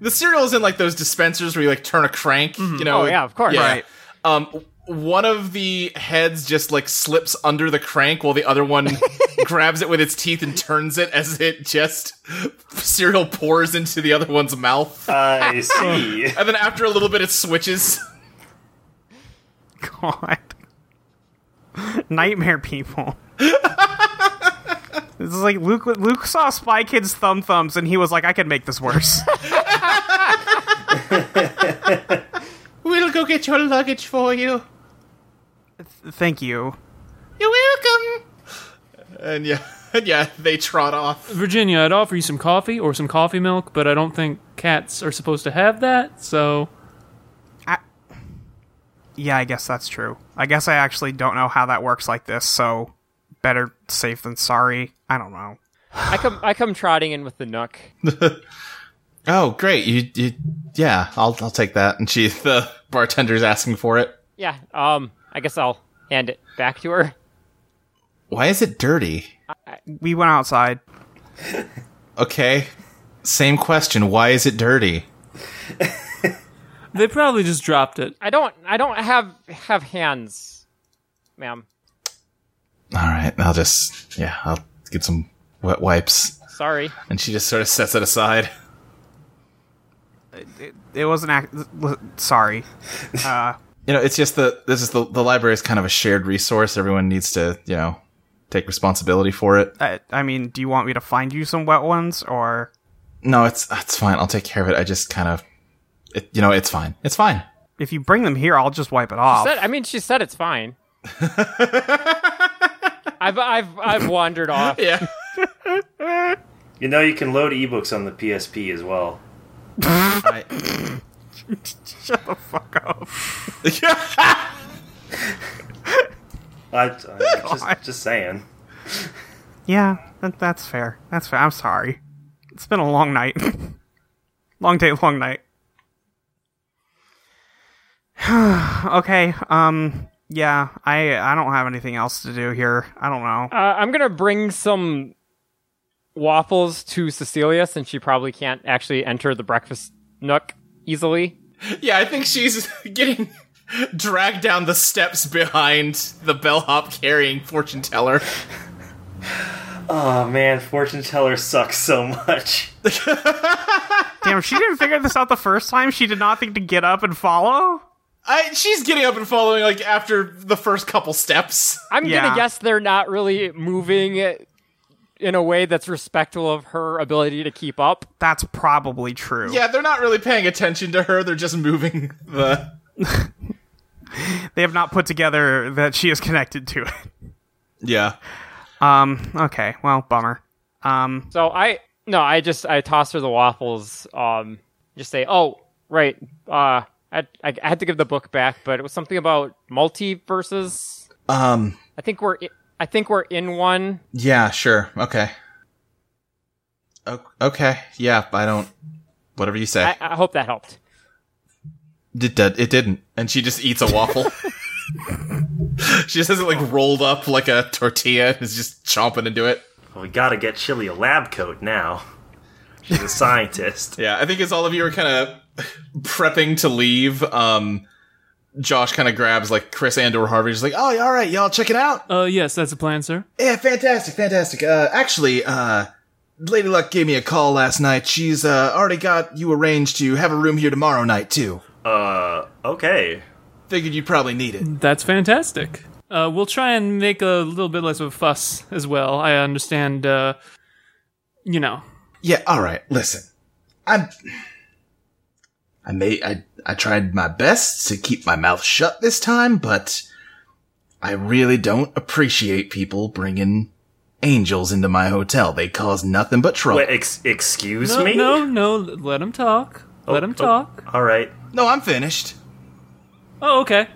A: the cereal is in like those dispensers where you like turn a crank. You know?
E: Oh, yeah, of course. Right.
A: Um, w- one of the heads just like slips under the crank while the other one grabs it with its teeth and turns it as it just cereal pours into the other one's mouth.
F: I see.
A: And then after a little bit, it switches.
C: God. Nightmare people. this is like Luke. Luke saw Spy Kids thumb thumbs, and he was like, "I could make this worse."
A: We'll go get your luggage for you.
C: Thank you.
A: You're welcome. And yeah, and yeah, they trot off.
B: Virginia, I'd offer you some coffee or some coffee milk, but I don't think cats are supposed to have that, so
C: Yeah, I guess that's true. I guess I actually don't know how that works like this, so better safe than sorry. I don't know.
E: I come I come trotting in with the nook.
A: Oh, great! You, you yeah, I'll, I'll take that. And she, the bartender's asking for it.
E: Yeah. Um. I guess I'll hand it back to her.
A: Why is it dirty?
C: We went outside.
A: Okay, same question. Why is it dirty?
B: they probably just dropped it.
E: I don't I don't have have hands, ma'am.
A: All right, I'll just yeah, I'll get some wet wipes.
E: Sorry.
A: And she just sort of sets it aside.
C: It wasn't act- l- sorry.
A: You know, it's just the this is the the library is kind of a shared resource. Everyone needs to you know take responsibility for it.
C: I, I mean, do you want me to find you some wet ones or
A: No, it's it's fine. I'll take care of it. I just kind of, it, you know, it's fine. It's fine.
C: if you bring them here, I'll just wipe it off.
E: Said, I mean, she said it's fine. I've I've I've wandered off.
A: Yeah.
F: You know you can load ebooks on the PSP as well.
A: I,
C: Shut the fuck up.
F: I, I
C: God.
F: just just saying.
C: Yeah, that, that's fair. That's fair. I'm sorry. It's been a long night. long day, long night. okay. Um. Yeah. I I don't have anything else to do here. I don't know.
E: Uh, I'm gonna bring some waffles to Cecilia since she probably can't actually enter the breakfast nook easily.
A: yeah, I think she's getting dragged down the steps behind the bellhop carrying fortune teller.
F: Oh man, fortune teller sucks so much.
C: Damn, if she didn't figure this out the first time. She did not think to get up and follow.
A: I, she's getting up and following like after the first couple steps.
E: I'm
C: Yeah.
E: gonna guess they're not really moving in a way that's respectful of her ability to keep up.
C: That's probably true.
A: Yeah, they're not really paying attention to her. They're just moving the.
C: They have not put together that she is connected to it.
A: Yeah.
C: Um, okay, well, bummer. Um,
E: So I no, I just I toss her the waffles. Um, just say, oh right, uh, I I had to give the book back, but it was something about multiverses.
A: Um.
E: I think we're i- I think we're in one.
A: Yeah. Sure. Okay. O- okay. Yeah. I don't. Whatever you say.
E: I, I hope that helped.
A: It, did, it didn't. And she just eats a waffle. she just has it like rolled up like a tortilla and is just chomping into it.
F: Well, we gotta get Chili a lab coat now. She's a scientist.
A: Yeah, I think as all of you are kind of prepping to leave, um, Josh kind of grabs like Chris and or Harvey. Just like, oh, all right, y'all, check it out.
B: Uh, yes, that's the plan, sir.
A: Yeah, fantastic, fantastic. Uh, actually, uh, Lady Luck gave me a call last night. She's uh, already got you arranged to have a room here tomorrow night too.
F: Uh, okay.
A: Figured you'd probably need it.
B: That's fantastic. Uh, we'll try and make a little bit less of a fuss as well. I understand, uh, you know.
A: Yeah, all right. Listen, I'm. I may I I tried my best to keep my mouth shut this time, but I really don't appreciate people bringing angels into my hotel. They cause nothing but trouble.
F: Wait, ex- excuse
B: No,
F: me?
B: no, no, let him talk. let him
F: oh.
B: talk.
F: All right.
A: No, I'm finished.
B: Oh, okay.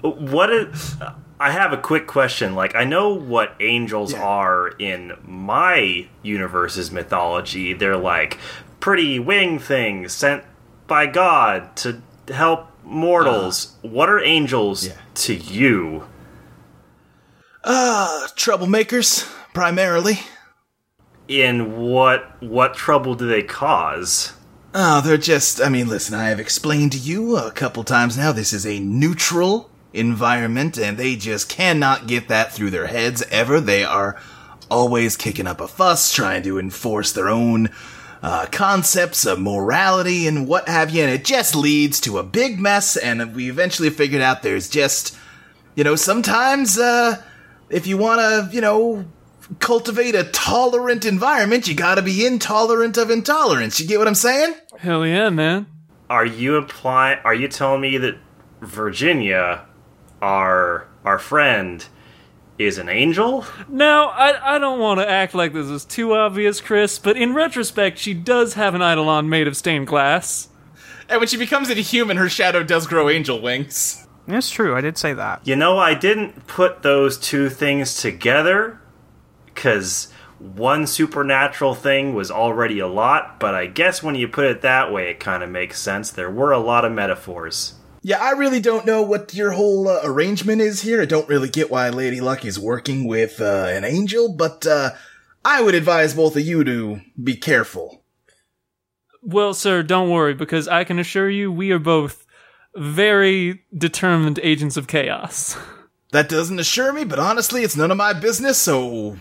F: What is. I have a quick question. Like, I know what angels
A: Yeah.
F: are in my universe's mythology. They're like pretty wing things sent by God to help mortals. what are angels
A: Yeah.
F: to you?
A: Uh, troublemakers primarily.
F: In what what trouble do they cause?
A: Oh, they're just. I mean, listen, I have explained to you a couple times now this is a neutral environment, and they just cannot get that through their heads ever. They are always kicking up a fuss, trying to enforce their own uh, concepts of morality and what have you, and it just leads to a big mess, and we eventually figured out there's just. You know, sometimes, uh, if you want to, you know, cultivate a tolerant environment, you gotta be intolerant of intolerance. You get what I'm saying?
B: Hell yeah, man.
F: Are you implying? Are you telling me that Virginia, our our friend, is an angel?
B: Now, I, I don't want to act like this is too obvious, Chris, but in retrospect, she does have an Eidolon made of stained glass.
A: And when she becomes a human, her shadow does grow angel wings.
C: it's true. I did say that.
F: You know, I didn't put those two things together because one supernatural thing was already a lot. But I guess when you put it that way, it kind of makes sense. There were a lot of metaphors.
A: Yeah, I really don't know what your whole uh, arrangement is here. I don't really get why Lady Luck is working with uh, an angel, but uh, I would advise both of you to be careful.
B: Well, sir, don't worry, because I can assure you we are both very determined agents of chaos.
A: That doesn't assure me, but honestly, it's none of my business, so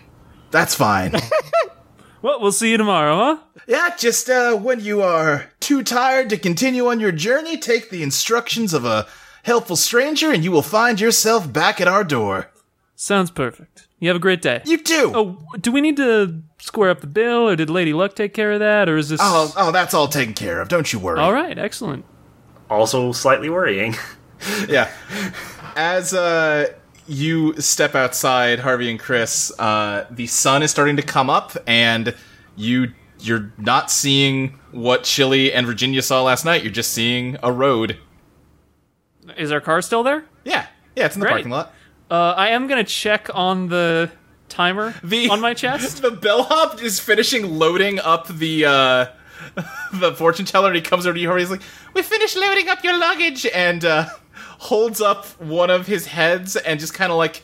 A: that's fine.
B: Well, we'll see you tomorrow, huh?
A: Yeah, just uh, when you are too tired to continue on your journey, take the instructions of a helpful stranger and you will find yourself back at our door.
B: Sounds perfect. You have a great day.
A: You too!
B: Oh, do we need to square up the bill, or did Lady Luck take care of that, or is this?
A: oh, oh, that's all taken care of. Don't you worry.
B: all right, excellent.
F: Also, slightly worrying.
A: yeah. As uh, you step outside, Harvey and Chris, uh, the sun is starting to come up, and you you're not seeing what Chile and Virginia saw last night. You're just seeing a road.
B: Is our car still there?
A: Yeah, yeah, it's in the
B: Great.
A: parking lot.
B: Uh, I am gonna check on the timer
A: The-
B: on my chest.
A: The bellhop is finishing loading up the uh, the fortune teller, and he comes over to you, Harvey. He's like, "We finished loading up your luggage," and uh, holds up one of his heads and just kind of like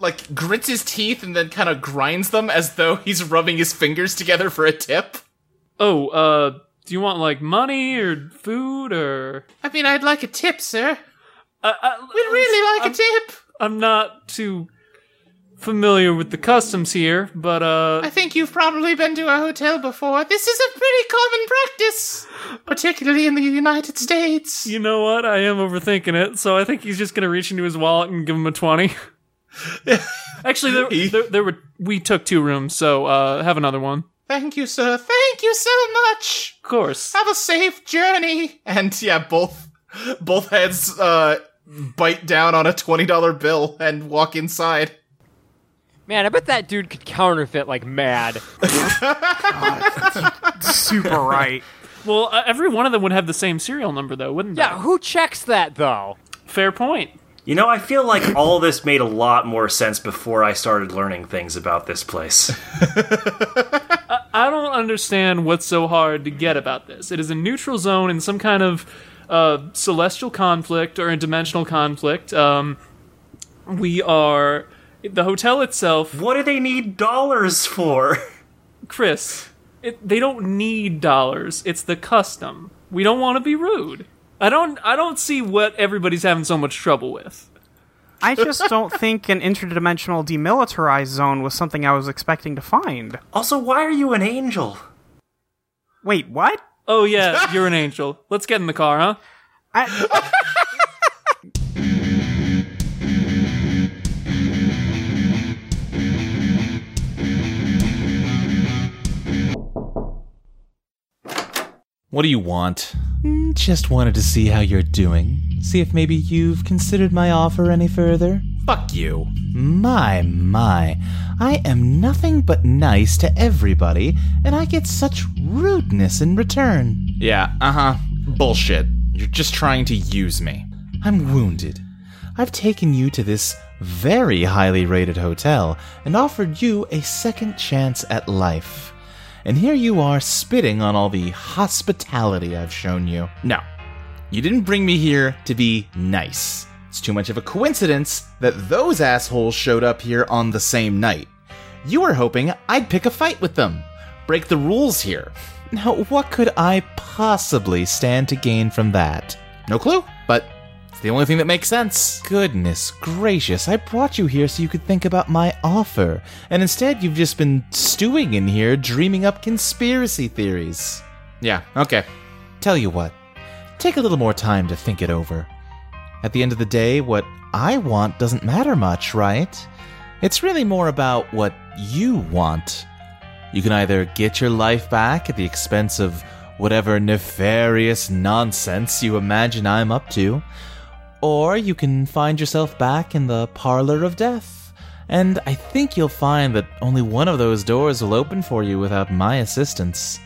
A: like grits his teeth and then kind of grinds them as though he's rubbing his fingers together for a tip.
B: Oh, uh, do you want like money or food or?
A: I mean, I'd like a tip, sir.
B: I, I,
A: We'd really like a tip.
B: I'm not too familiar with the customs here, but uh,
A: I think you've probably been to a hotel before. This is a pretty common practice, particularly in the United States.
B: you know what? I am overthinking it, so I think he's just gonna reach into his wallet and give him a twenty. Actually, there, there, there were we took two rooms, so uh, have another one.
G: Thank you, sir. Thank you so much.
B: Of course.
G: Have a safe journey. And yeah, both both heads uh, bite down on a twenty dollar bill and walk inside.
E: Man, I bet that dude could counterfeit like mad.
C: Super right.
B: Well, uh, every one of them would have the same serial number, though, wouldn't they?
E: yeah, who checks that though?
B: Fair point.
F: You know, I feel like all this made a lot more sense before I started learning things about this place.
B: I don't understand what's so hard to get about this. It is a neutral zone in some kind of uh, celestial conflict or a dimensional conflict. Um, we are the hotel itself,
F: What do they need dollars for?
B: Chris. It, they don't need dollars. It's the custom. We don't want to be rude. I don't. I don't see what everybody's having so much trouble with.
C: I just don't think an interdimensional demilitarized zone was something I was expecting to find.
F: Also, why are you an angel?
C: Wait, what?
B: Oh yeah, you're an angel. Let's get in the car, huh?
C: I,
A: What do you want? Mm, Just wanted to see how you're doing. See if maybe you've considered my offer any further. Fuck you. My, my. I am nothing but nice to everybody, and I get such rudeness in return. uh-huh.
G: Yeah, uh huh. Bullshit. You're just trying to use me.
A: I'm wounded. I've taken you to this very highly rated hotel and offered you a second chance at life. And here you are spitting on all the hospitality I've shown you.
G: No.
A: You didn't bring me here to be nice. It's too much of a coincidence that those assholes showed up here on the same night. You were hoping I'd pick a fight with them, break the rules here. Now, what could I possibly stand to gain from that? No clue, but it's the only thing that makes sense. Goodness gracious, I brought you here so you could think about my offer, and instead you've just been stewing in here dreaming up conspiracy theories.
G: Yeah, okay.
A: Tell you what, take a little more time to think it over. At the end of the day, what I want doesn't matter much, right? It's really more about what you want. You can either get your life back at the expense of whatever nefarious nonsense you imagine I'm up to, or you can find yourself back in the parlor of death. And I think you'll find that only one of those doors will open for you without my assistance.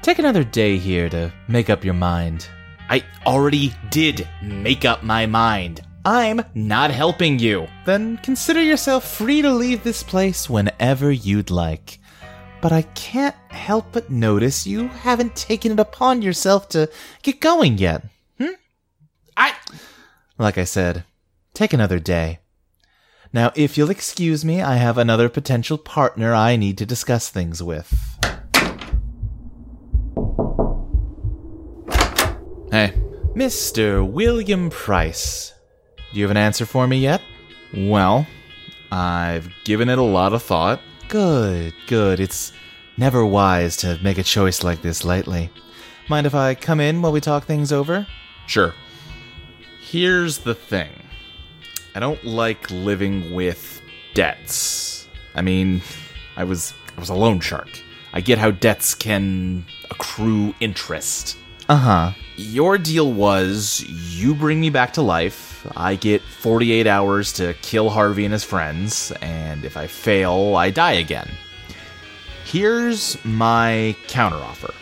A: Take another day here to make up your mind.
G: I already did make up my mind. I'm not helping you.
A: Then consider yourself free to leave this place whenever you'd like. But I can't help but notice you haven't taken it upon yourself to get going yet. Hmm?
G: I-
A: Like I said, take another day. Now, if you'll excuse me, I have another potential partner I need to discuss things with.
G: Hey,
A: Mr. William Price. Do you have an answer for me yet?
G: well, I've given it a lot of thought.
A: Good, good. It's never wise to make a choice like this lightly. Mind if I come in while we talk things over?
G: Sure. Here's the thing I don't like living with debts. I mean, I was I was a loan shark. I get how debts can accrue interest.
A: Uh huh.
G: Your deal was you bring me back to life, I get 48 hours to kill Harvey and his friends, and if I fail, I die again. Here's my counteroffer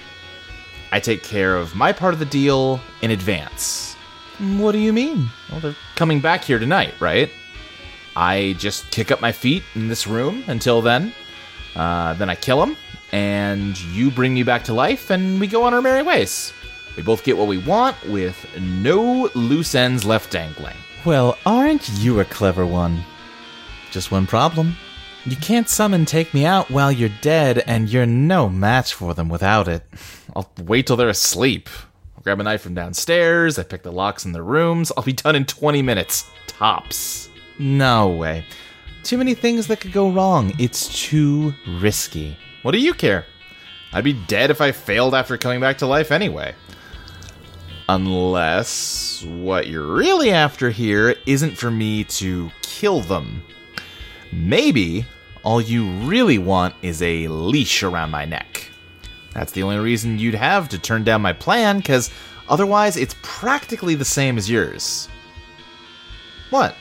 G: I take care of my part of the deal in advance.
A: What do you mean?
G: Well, they're coming back here tonight, right? I just kick up my feet in this room until then. Uh, then I kill him, and you bring me back to life, and we go on our merry ways. We both get what we want with no loose ends left dangling.
A: Well, aren't you a clever one? Just one problem. You can't summon Take Me Out while you're dead, and you're no match for them without it.
G: I'll wait till they're asleep. I'll grab a knife from downstairs, I pick the locks in their rooms. I'll be done in 20 minutes. Tops.
A: No way. Too many things that could go wrong. It's too risky.
G: What do you care? I'd be dead if I failed after coming back to life anyway. Unless what you're really after here isn't for me to kill them. Maybe
A: All you really want is a leash around my neck. That's the only reason you'd have to turn down my plan, because otherwise it's practically the same as yours. What?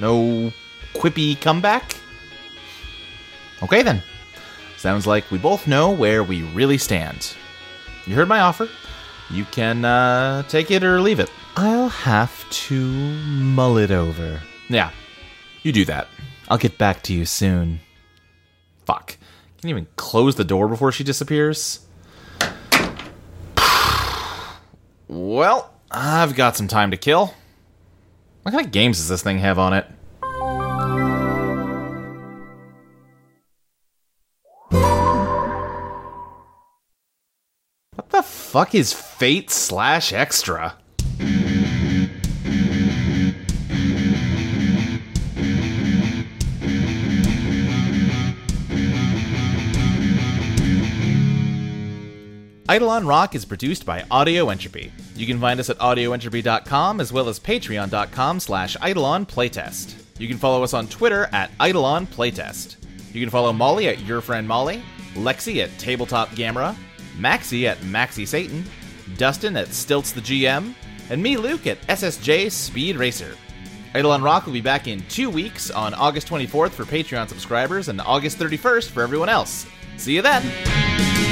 A: No quippy comeback? Okay then. Sounds like we both know where we really stand. You heard my offer. You can uh, take it or leave it. I'll have to mull it over. Yeah, you do that. I'll get back to you soon. Fuck. Can you even close the door before she disappears? well, I've got some time to kill. What kind of games does this thing have on it? What the fuck is Fate slash Extra? Idle on Rock is produced by Audio Entropy. You can find us at audioentropy.com as well as patreon.com slash idleonplaytest. You can follow us on Twitter at idleonplaytest. You can follow Molly at Your Friend Molly, Lexi at Tabletop Gamera, Maxi at Maxi Satan, Dustin at Stilts the GM, and me, Luke, at SSJ Speed Racer. Idle on Rock will be back in two weeks on August 24th for Patreon subscribers and August 31st for everyone else. See you then!